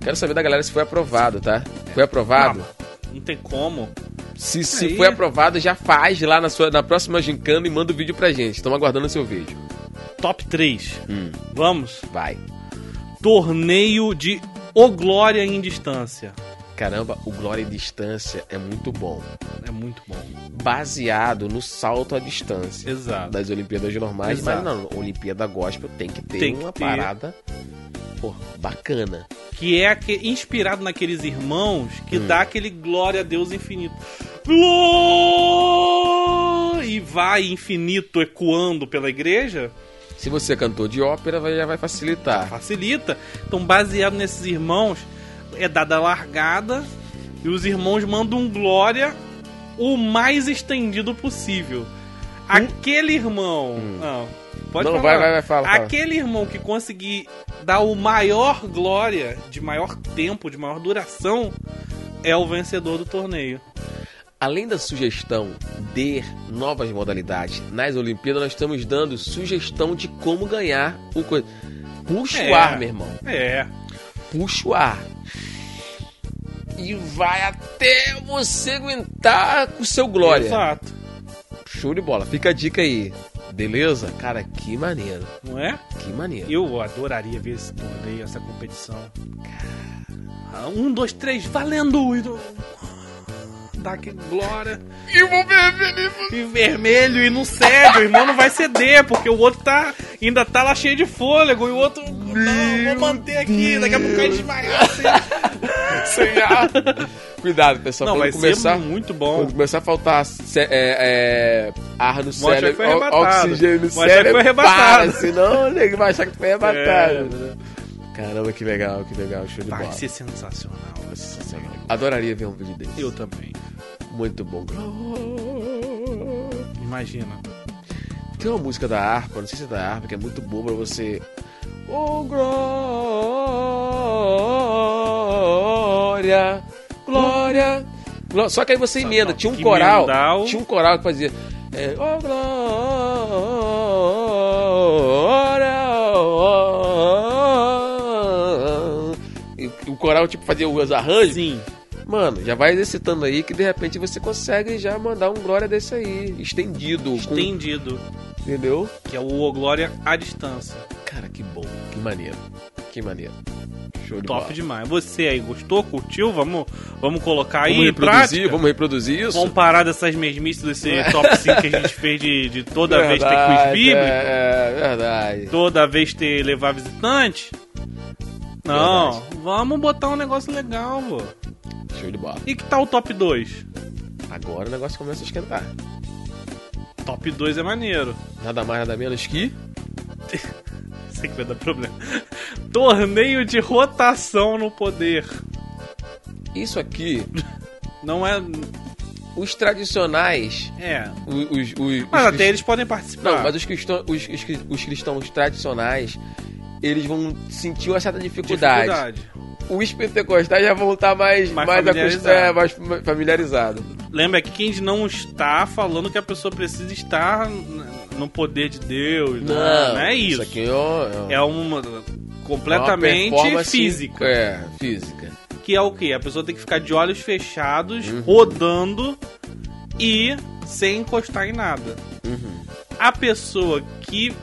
B: Quero saber da galera se foi aprovado, tá? Foi aprovado?
A: Não tem como.
B: Se, se
A: Aí.
B: foi aprovado, já faz lá na, sua, na próxima gincana e manda o vídeo pra gente. Estamos aguardando o seu vídeo.
A: Top 3.
B: Hum.
A: Vamos.
B: Vai.
A: Torneio de O Glória em Distância.
B: Caramba, o Glória e Distância é muito bom.
A: É muito bom.
B: Baseado no salto à distância.
A: Exato.
B: das Olimpíadas normais,
A: Exato.
B: mas não, Olimpíada Gospel tem que ter
A: Tem que
B: uma
A: ter.
B: parada pô, bacana.
A: Que é aque- inspirado naqueles irmãos que
B: Hum.
A: dá aquele glória a Deus infinito. Gló- E vai infinito ecoando pela igreja.
B: Se você é cantor de ópera, vai- já vai facilitar.
A: facilita. Então, baseado nesses irmãos, é dada a largada e os irmãos mandam um glória o mais estendido
B: Hum.
A: possível. Aquele irmão. Não, pode
B: não,
A: falar.
B: vai, vai, vai, fala. fala.
A: Aquele irmão que conseguir dar o maior glória, de maior tempo, de maior duração, é o vencedor do torneio.
B: Além da sugestão de novas modalidades nas Olimpíadas, nós estamos dando sugestão de como ganhar o coisa. Puxa
A: É.
B: o ar, meu irmão.
A: É.
B: Puxa o ar. E vai até você aguentar com o seu glória.
A: Exato.
B: Show de bola. Fica a dica aí. Beleza? Cara, que maneiro.
A: Não é?
B: Que maneiro.
A: Eu adoraria ver esse torneio, essa competição. Ah, Um, dois, três, valendo! E do- Dá que glória.
B: é
A: E o vermelho. E vermelho, e não cede. O irmão não vai ceder, porque o outro tá ainda tá lá cheio de fôlego. E o outro. Não, vou manter aqui. Daqui a pouco vai desmaiar. assim.
B: Sem ar. *laughs* Cuidado, pessoal.
A: Não,
B: quando
A: vai
B: Tá começar,
A: ser muito
B: quando
A: bom.
B: começar a faltar cé- é, é, ar no
A: Mostra que
B: cérebro,
A: foi
B: o-
A: arrebatado.
B: oxigênio no
A: Mostra que
B: cérebro,
A: foi arrebatado.
B: para, senão o nego vai achar que foi arrebatado. né?
A: É.
B: Caramba, que legal, que legal. Show de
A: Vai
B: bola.
A: ser sensacional. vai ser sensacional.
B: Adoraria ver um vídeo desse.
A: Eu também.
B: Muito bom.
A: Imagina.
B: Tem uma música da harpa, não sei se é da harpa, que é muito boa pra você. Oh, glória, glória. gló- Só que aí você emenda, tinha um
A: que
B: coral,
A: emendal.
B: tinha um coral que fazia. É, oh, glória. E o coral, tipo, fazia os arranjos.
A: Sim.
B: Mano, já vai exercitando aí que de repente você consegue já mandar um glória desse aí, estendido, com-
A: Estendido.
B: entendeu?
A: Que é o O Glória à distância.
B: Cara, que bom, que maneiro, que maneiro. Show de
A: Top
B: bola.
A: demais. Você aí gostou, curtiu? Vamos, vamos colocar aí
B: Vamos
A: em prática.
B: reproduzir, vamos reproduzir isso?
A: Vamos parar dessas mesmices
B: *laughs*
A: desse top 5 que a gente fez de, de toda vez ter quiz
B: Verdade,
A: bíblico,
B: É, é verdade.
A: toda vez ter levar visitante. Não, vamos botar um negócio legal, pô.
B: Show de bola.
A: E que tal o top 2?
B: Agora o negócio começa a esquentar.
A: Top 2 é maneiro.
B: Nada mais, nada menos que
A: Sei que vai dar problema. Torneio de rotação no poder.
B: isso aqui,
A: Não é.
B: os tradicionais,
A: É.
B: os, os, os-
A: Mas
B: os
A: até eles podem participar.
B: Não, mas os cristãos, os, os cri- os cristãos tradicionais, eles vão sentir uma certa dificuldade.
A: Dificuldade.
B: Os pentecostais já vão estar mais,
A: Mais
B: mais,
A: familiarizados.
B: acostum- é, mais fa- familiarizados.
A: Lembra que quem não está falando que a pessoa precisa estar n- no poder de Deus. né? Não, não é isso.
B: aqui é, um- é um-
A: É uma
B: Uma
A: completamente
B: performance-
A: física.
B: É, física.
A: Que é o quê? A pessoa tem que ficar de olhos fechados, rodando e sem encostar em nada. A pessoa que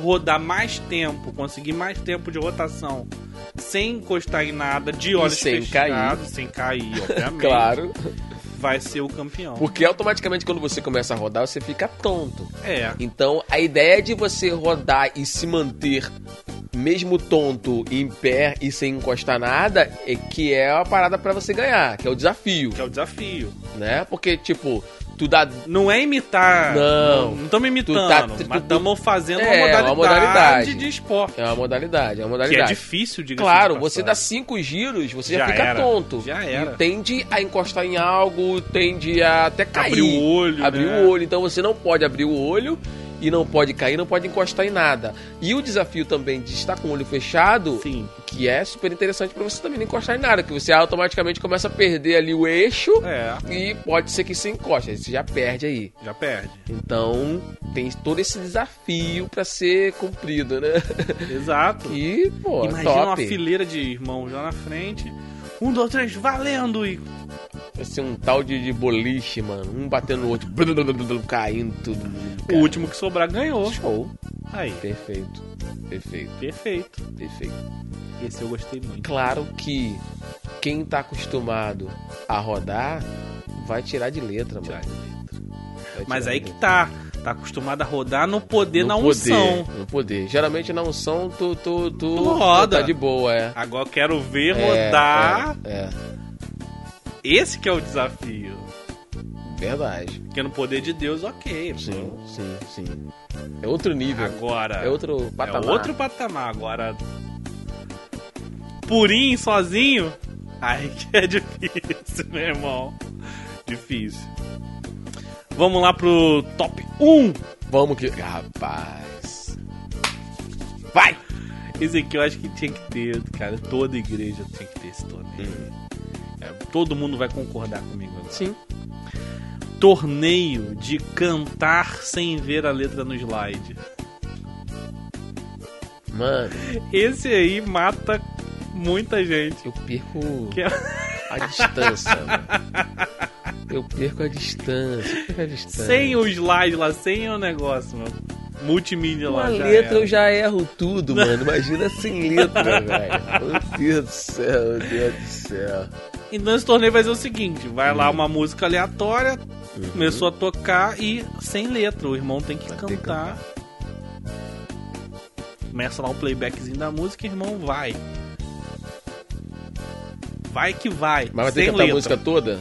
A: rodar mais tempo, conseguir mais tempo de rotação sem encostar em nada, de olhos
B: sem
A: fechados, sem
B: *laughs*
A: cair, obviamente,
B: Claro.
A: vai ser o campeão.
B: Porque automaticamente quando você começa a rodar, você fica tonto.
A: É.
B: Então, a ideia de você rodar e se manter mesmo tonto em pé e sem encostar nada é que é a parada pra você ganhar, que é o desafio,
A: Que é o desafio.
B: né? Porque tipo, tu dá
A: Não é imitar.
B: Não.
A: Não estamos imitando,
B: tá- tu-
A: mas
B: tu-
A: estamos fazendo
B: É, uma
A: uma, modalidade
B: modalidade.
A: de esporte.
B: é uma modalidade, é uma
A: que é
B: modalidade.
A: difícil, diga
B: Claro, você dá cinco giros, você já,
A: Já
B: fica
A: era,
B: tonto.
A: já era.
B: E tende a encostar em algo, tende a até cair.
A: Abrir o olho.
B: abrir
A: né?
B: o olho. Então você não pode abrir o olho e não pode cair, não pode encostar em nada. E o desafio também de estar com o olho fechado,
A: Sim.
B: que é super interessante pra você também não encostar em nada, que você automaticamente começa a perder ali o eixo
A: É,
B: e pode ser que se encoste, aí você já perde aí.
A: já perde.
B: Então tem todo esse desafio pra ser cumprido, né?
A: Exato.
B: E, pô,
A: Imagina uma
B: top.
A: fileira de irmãos lá na frente. Um, dois, três, valendo! E
B: Vai ser um tal de, de boliche, mano. Um batendo no outro, blu, blu, blu, blu, caindo tudo.
A: o último que sobrar ganhou.
B: Show.
A: Aí,
B: Perfeito. Perfeito,
A: perfeito.
B: perfeito.
A: Esse eu gostei muito.
B: Claro que quem tá acostumado a rodar vai tirar de letra, mano.
A: Tirar
B: Vai
A: Mas
B: tirar
A: aí
B: de
A: que
B: letra.
A: tá. Tá acostumado a rodar no poder,
B: No
A: na
B: poder,
A: unção.
B: No poder. Geralmente na unção tu, tu, tu,
A: Tu roda.
B: tá de boa, é.
A: Agora eu quero ver
B: É,
A: rodar.
B: É, é.
A: Esse que é o desafio.
B: verdade.
A: Porque no poder de Deus, ok. pô.
B: Sim, sim, sim. É outro nível.
A: Agora.
B: É outro patamar.
A: É outro patamar. Agora. Purinho, sozinho. Ai, que é *laughs* difícil, meu irmão. Difícil. Vamos lá pro top 1.
B: Vamos que. Rapaz.
A: Vai! Esse aqui eu acho que tinha que ter, cara. Toda igreja tem que ter esse torneio.
B: Hum.
A: É, todo mundo vai concordar comigo agora.
B: Sim.
A: Torneio de cantar sem ver a letra no slide.
B: Mano,
A: Esse aí mata muita gente.
B: eu perco
A: Que-
B: a distância, mano. Eu perco a distância. Eu perco a distância.
A: Sem o slide lá, sem o negócio, meu. Multimídia
B: Uma
A: lá. já
B: letra
A: era.
B: eu já erro tudo, mano. Imagina sem
A: *laughs*
B: letra, velho. Meu Deus do céu, meu Deus do céu.
A: Então esse torneio vai ser o seguinte: vai
B: Uhum.
A: lá uma música aleatória, começou a tocar e sem letra. O irmão tem que,
B: Vai ter que
A: cantar. Começa lá o playbackzinho da música, irmão, vai. Vai que vai.
B: Mas vai ter
A: sem
B: que cantar a
A: letra.
B: música toda?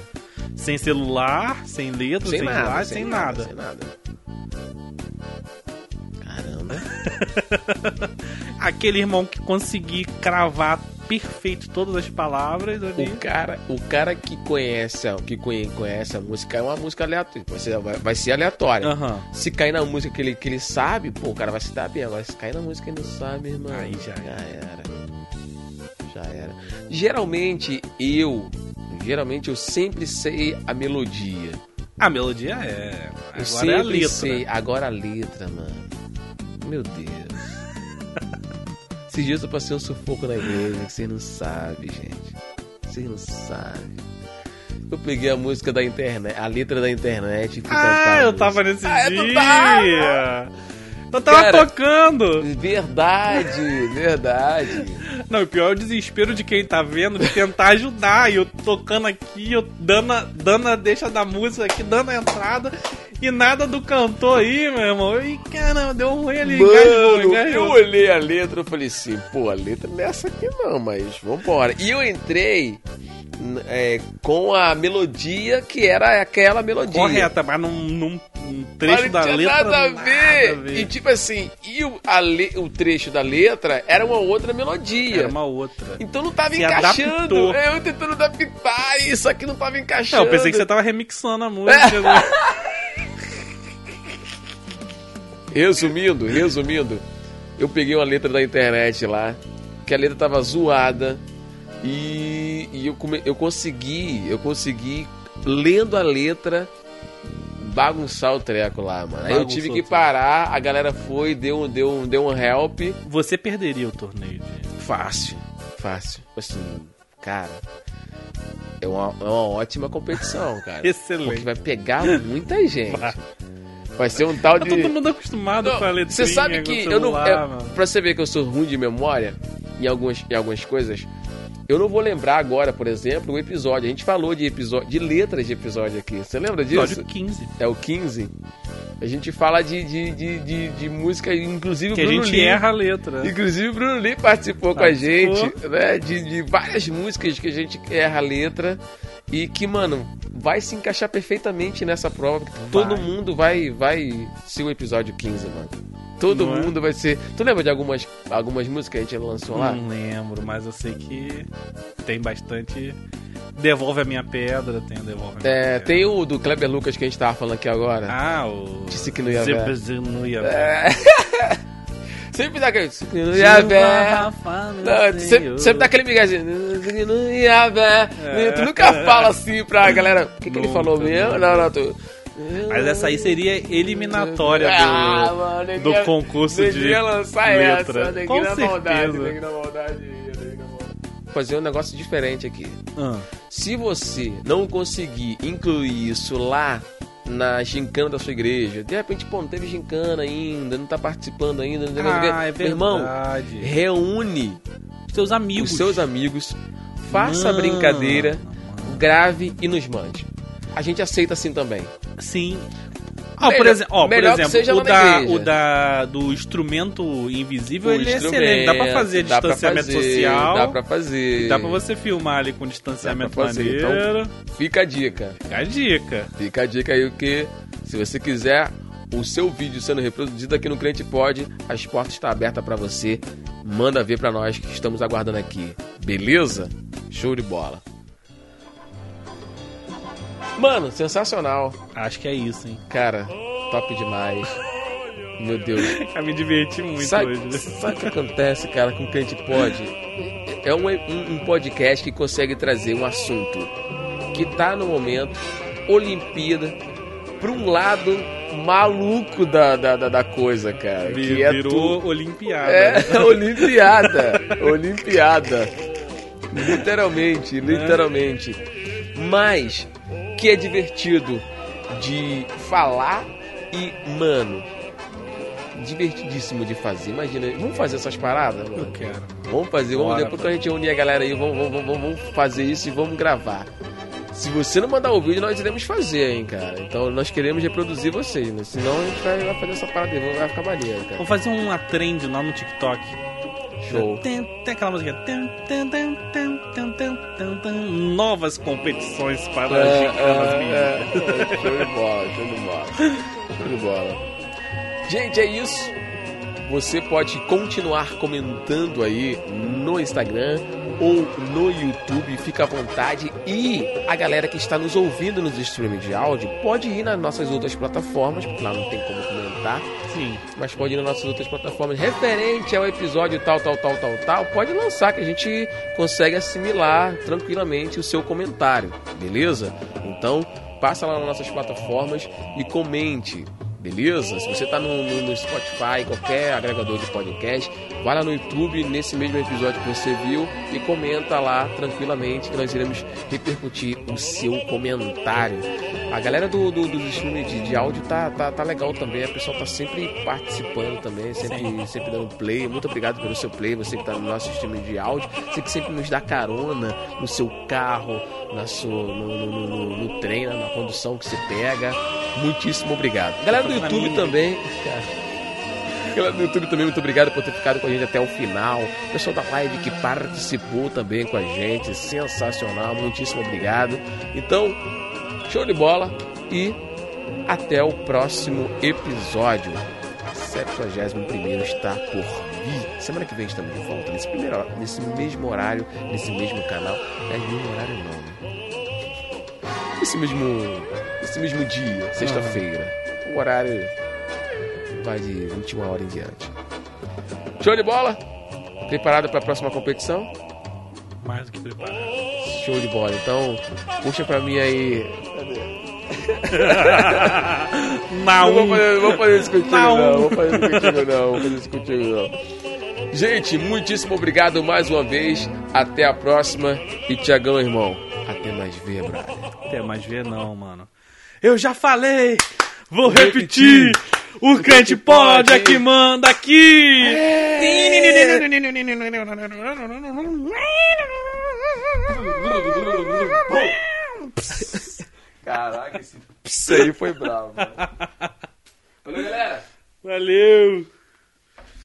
A: Sem celular, sem letra, sem, slide, sem, nada.
B: Sem nada. Caramba.
A: Aquele irmão que conseguir cravar perfeito todas as palavras ali.
B: O cara, o cara que conhece, a- que conhe- conhece a música é uma música aleatória. Vai ser, vai, vai ser aleatória.
A: Aham.
B: Se cair na música que ele, que ele sabe, pô, o cara vai se dar bem. Agora, se cair na música que ele não sabe, irmão.
A: Aí já
B: era. Já era. Geralmente eu. Geralmente eu sempre sei a melodia.
A: A melodia é.
B: Eu
A: Agora
B: sempre
A: é a letra.
B: sei. Agora a letra, mano.
A: *laughs*
B: Meu Deus. Esses dias eu passei um sufoco na igreja que vocês não sabem, gente. Vocês não sabem. Eu peguei a música da internet, a letra da internet e fui cantar.
A: Ah,
B: a
A: eu
B: música.
A: tava nesse
B: Ah, tu
A: dia. Eu tava
B: Cara.
A: tocando.
B: Verdade, verdade.
A: Não, o pior é o desespero de quem tá vendo de tentar ajudar. E eu tocando aqui, eu dando a, dando a deixa da música aqui, dando a entrada. E nada do cantor aí, meu irmão. E caramba, deu um ruim ali. engasgou,
B: Mano, eu
A: engasgou.
B: olhei a letra e falei assim, pô, a letra não é essa aqui não, mas vambora. E eu entrei n- é, com a melodia que era aquela melodia.
A: Correta, mas num, num- num
B: Mas
A: trecho
B: não
A: da
B: tinha
A: letra.
B: nada a ver.
A: nada a ver.
B: E tipo assim, e o, a le- o trecho da letra era uma outra melodia.
A: Era uma outra.
B: Então não tava
A: Se
B: encaixando.
A: adaptou.
B: É, Eu tentando adaptar isso aqui não tava
A: Não,
B: encaixando.
A: eu pensei que você tava remixando a
B: *laughs*
A: música.
B: Resumindo, resumindo, eu peguei uma letra da internet lá, que a letra tava zoada, e, e eu, come- eu consegui, eu consegui, lendo a letra, bagunçar o treco lá, mano. Aí eu
A: Bagunçou
B: tive
A: o
B: que
A: treco.
B: parar, a galera foi, deu, um- deu, um- deu um help.
A: Você perderia o torneio de.
B: Fácil, fácil. Assim, cara. É uma, é uma ótima competição, cara.
A: *laughs* Excelente.
B: Porque vai pegar muita gente. Vai ser um tal
A: Tá
B: de.
A: todo mundo acostumado
B: Não,
A: com a letrinha,
B: Você sabe que
A: com o
B: eu não.
A: celular,
B: é,
A: mano.
B: pra você ver que eu sou ruim de memória em algumas, em algumas coisas, eu não vou lembrar agora, por exemplo, o episódio. A gente falou de episódio, de letras de episódio aqui. Você lembra disso?
A: Episódio 15.
B: É o 15. A gente fala de, de, de, de, de música, inclusive o
A: Que a
B: Bruno
A: gente é.
B: Lee.
A: erra a letra.
B: Inclusive o Bruno Lee participou com a
A: Participou.
B: gente, né? De, de várias músicas que a gente erra a letra e que, mano, vai se encaixar perfeitamente nessa prova, porque todo
A: Vai.
B: mundo vai vai ser o episódio 15, mano. Todo
A: Não é?
B: mundo vai ser. Tu lembra de algumas, algumas músicas que a gente lançou lá?
A: Não lembro, mas eu sei que tem bastante. Devolve a minha pedra, tem o Devolve a minha
B: É,
A: pedra.
B: tem o do Kleber Lucas que a gente tava falando aqui agora.
A: Ah, o.
B: Disse que não ia
A: Zip,
B: ver.
A: zip, não ia ver.
B: É.
A: Ah.
B: sempre dá aquele. Não ia ver. Não, tá sempre, sempre dá aquele migazinho. Não ia ver.
A: É.
B: Tu nunca fala assim pra galera. O que, que ele
A: Nunca,
B: falou mesmo?
A: nunca.
B: Não, não, tu.
A: Mas essa aí seria eliminatória do.
B: Ah, mano, ele
A: do
B: ia-
A: concurso
B: ele
A: de
B: ia lançar
A: letra.
B: essa. neguinho
A: Com
B: na maldade,
A: certeza.
B: neguinho na maldade, neguinho na maldade. Fazer um negócio diferente aqui.
A: Ah,
B: Se você não conseguir incluir isso lá na gincana da sua igreja, de repente, pô, não teve gincana ainda, não tá participando ainda, não tem mais o quê.
A: Ah, é verdade.
B: Meu irmão, reúne
A: Seus amigos.
B: os seus amigos, faça a
A: Mano,
B: brincadeira,
A: mano.
B: grave e nos mande. A gente aceita assim também.
A: Sim. Ah, por
B: Melhor-
A: exemplo, ó, por
B: melhor que
A: exemplo
B: seja
A: o,
B: lá na
A: da,
B: igreja.
A: o da do instrumento invisível,
B: O
A: ele é
B: instrumento,
A: excelente. Dá pra fazer
B: dá pra
A: distanciamento
B: fazer,
A: social.
B: Dá pra fazer.
A: Dá pra você filmar ali com distanciamento
B: Dá pra fazer, então-
A: maneiro.
B: Fica a dica.
A: Fica a dica.
B: Fica a dica aí que, se você quiser o seu vídeo sendo reproduzido aqui no Crente Pod, as portas estão abertas pra você. Manda ver pra nós que estamos aguardando aqui. Beleza? Show de bola. Mano, sensacional.
A: Acho que é isso, *laughs* hein?
B: Cara, top demais. Meu Deus.
A: Eu me diverti muito
B: sabe,
A: hoje. né?
B: sabe o que acontece, cara, com o Crente Pod? É um, um- um podcast que consegue trazer um assunto que tá no momento, Olimpíada, pra um lado maluco da, da, da, da coisa, cara. que é
A: Virou
B: tu-
A: Olimpiada. né?
B: É, *laughs* Olimpiada. Olimpiada. Literalmente, literalmente. Mas que é divertido de falar e, mano, divertidíssimo de fazer. Imagina, vamos fazer essas paradas, mano?
A: Eu quero.
B: Vamos fazer, vamos
A: Bora,
B: depois que a gente unir a galera aí, vamos, vamos, vamos, vamos fazer isso e vamos gravar. Se você não mandar o vídeo, nós iremos fazer, hein, cara. Então nós queremos reproduzir vocês, né? Senão a gente vai, vai fazer essa parada aí, vai ficar maneiro, cara.
A: Vou fazer uma trend lá no TikTok.
B: Show.
A: Tem, tem aquela música. Tum, tum, tum, tum, tum, tum, tum, tum. Novas competições para as gincanas mínimas.
B: é, show de bola, show de bola. Show de bola. Gente, é isso. Você pode continuar comentando aí no Instagram ou no YouTube, fica à vontade. E a galera que está nos ouvindo nos streams de áudio pode ir nas nossas outras plataformas, porque lá não tem como comentar,
A: Sim.
B: mas pode ir nas nossas outras plataformas referente ao episódio tal, tal, tal, tal, tal. Pode lançar que a gente consegue assimilar tranquilamente o seu comentário, beleza? Então, passa lá nas nossas plataformas e comente. Beleza? Se você tá no, no- no Spotify, qualquer agregador de podcast, vai lá no YouTube, nesse mesmo episódio que você viu, e comenta lá tranquilamente que nós iremos repercutir o seu comentário. A galera do, do, dos streams de, de áudio tá, tá, tá legal também, a pessoa tá sempre participando também, sempre, sempre dando play. Muito obrigado pelo seu play, você que tá no nosso stream de áudio, você que sempre nos dá carona no seu carro, na sua, no, no, no- no- no trem, na condução que você pega. Muitíssimo obrigado. Galera do
A: Pra
B: YouTube
A: mim. né?
B: também. cara. Galera do YouTube também, muito obrigado por ter ficado com a gente até o final. Pessoal da live que participou também com a gente, sensacional, muitíssimo obrigado. Então, show de bola e até o próximo episódio. 71 está por vir. Semana que vem estamos de volta, nesse, primeiro, hor- nesse mesmo horário, nesse mesmo canal. É mesmo horário não, né? Esse mesmo, esse mesmo dia, sexta-feira. O horário vai de 21 horas em diante. Show de bola? Preparado para a próxima competição?
A: Mais do que preparado.
B: Show de bola. Então, puxa pra mim aí.
A: Na
B: Não vou
A: um.
B: fazer, não Ah, vou fazer isso contigo,
A: Não.
B: não. Vou fazer isso contigo, não. Vou fazer isso contigo, não. Gente, muitíssimo obrigado mais uma vez. Até a próxima. E Tiagão, irmão, até mais ver, brother.
A: Até mais ver não, mano. Eu já falei, vou repetir. O crente pode é que manda aqui. É.
B: Caraca, esse... Isso aí foi bravo. Valeu, galera.
A: Valeu.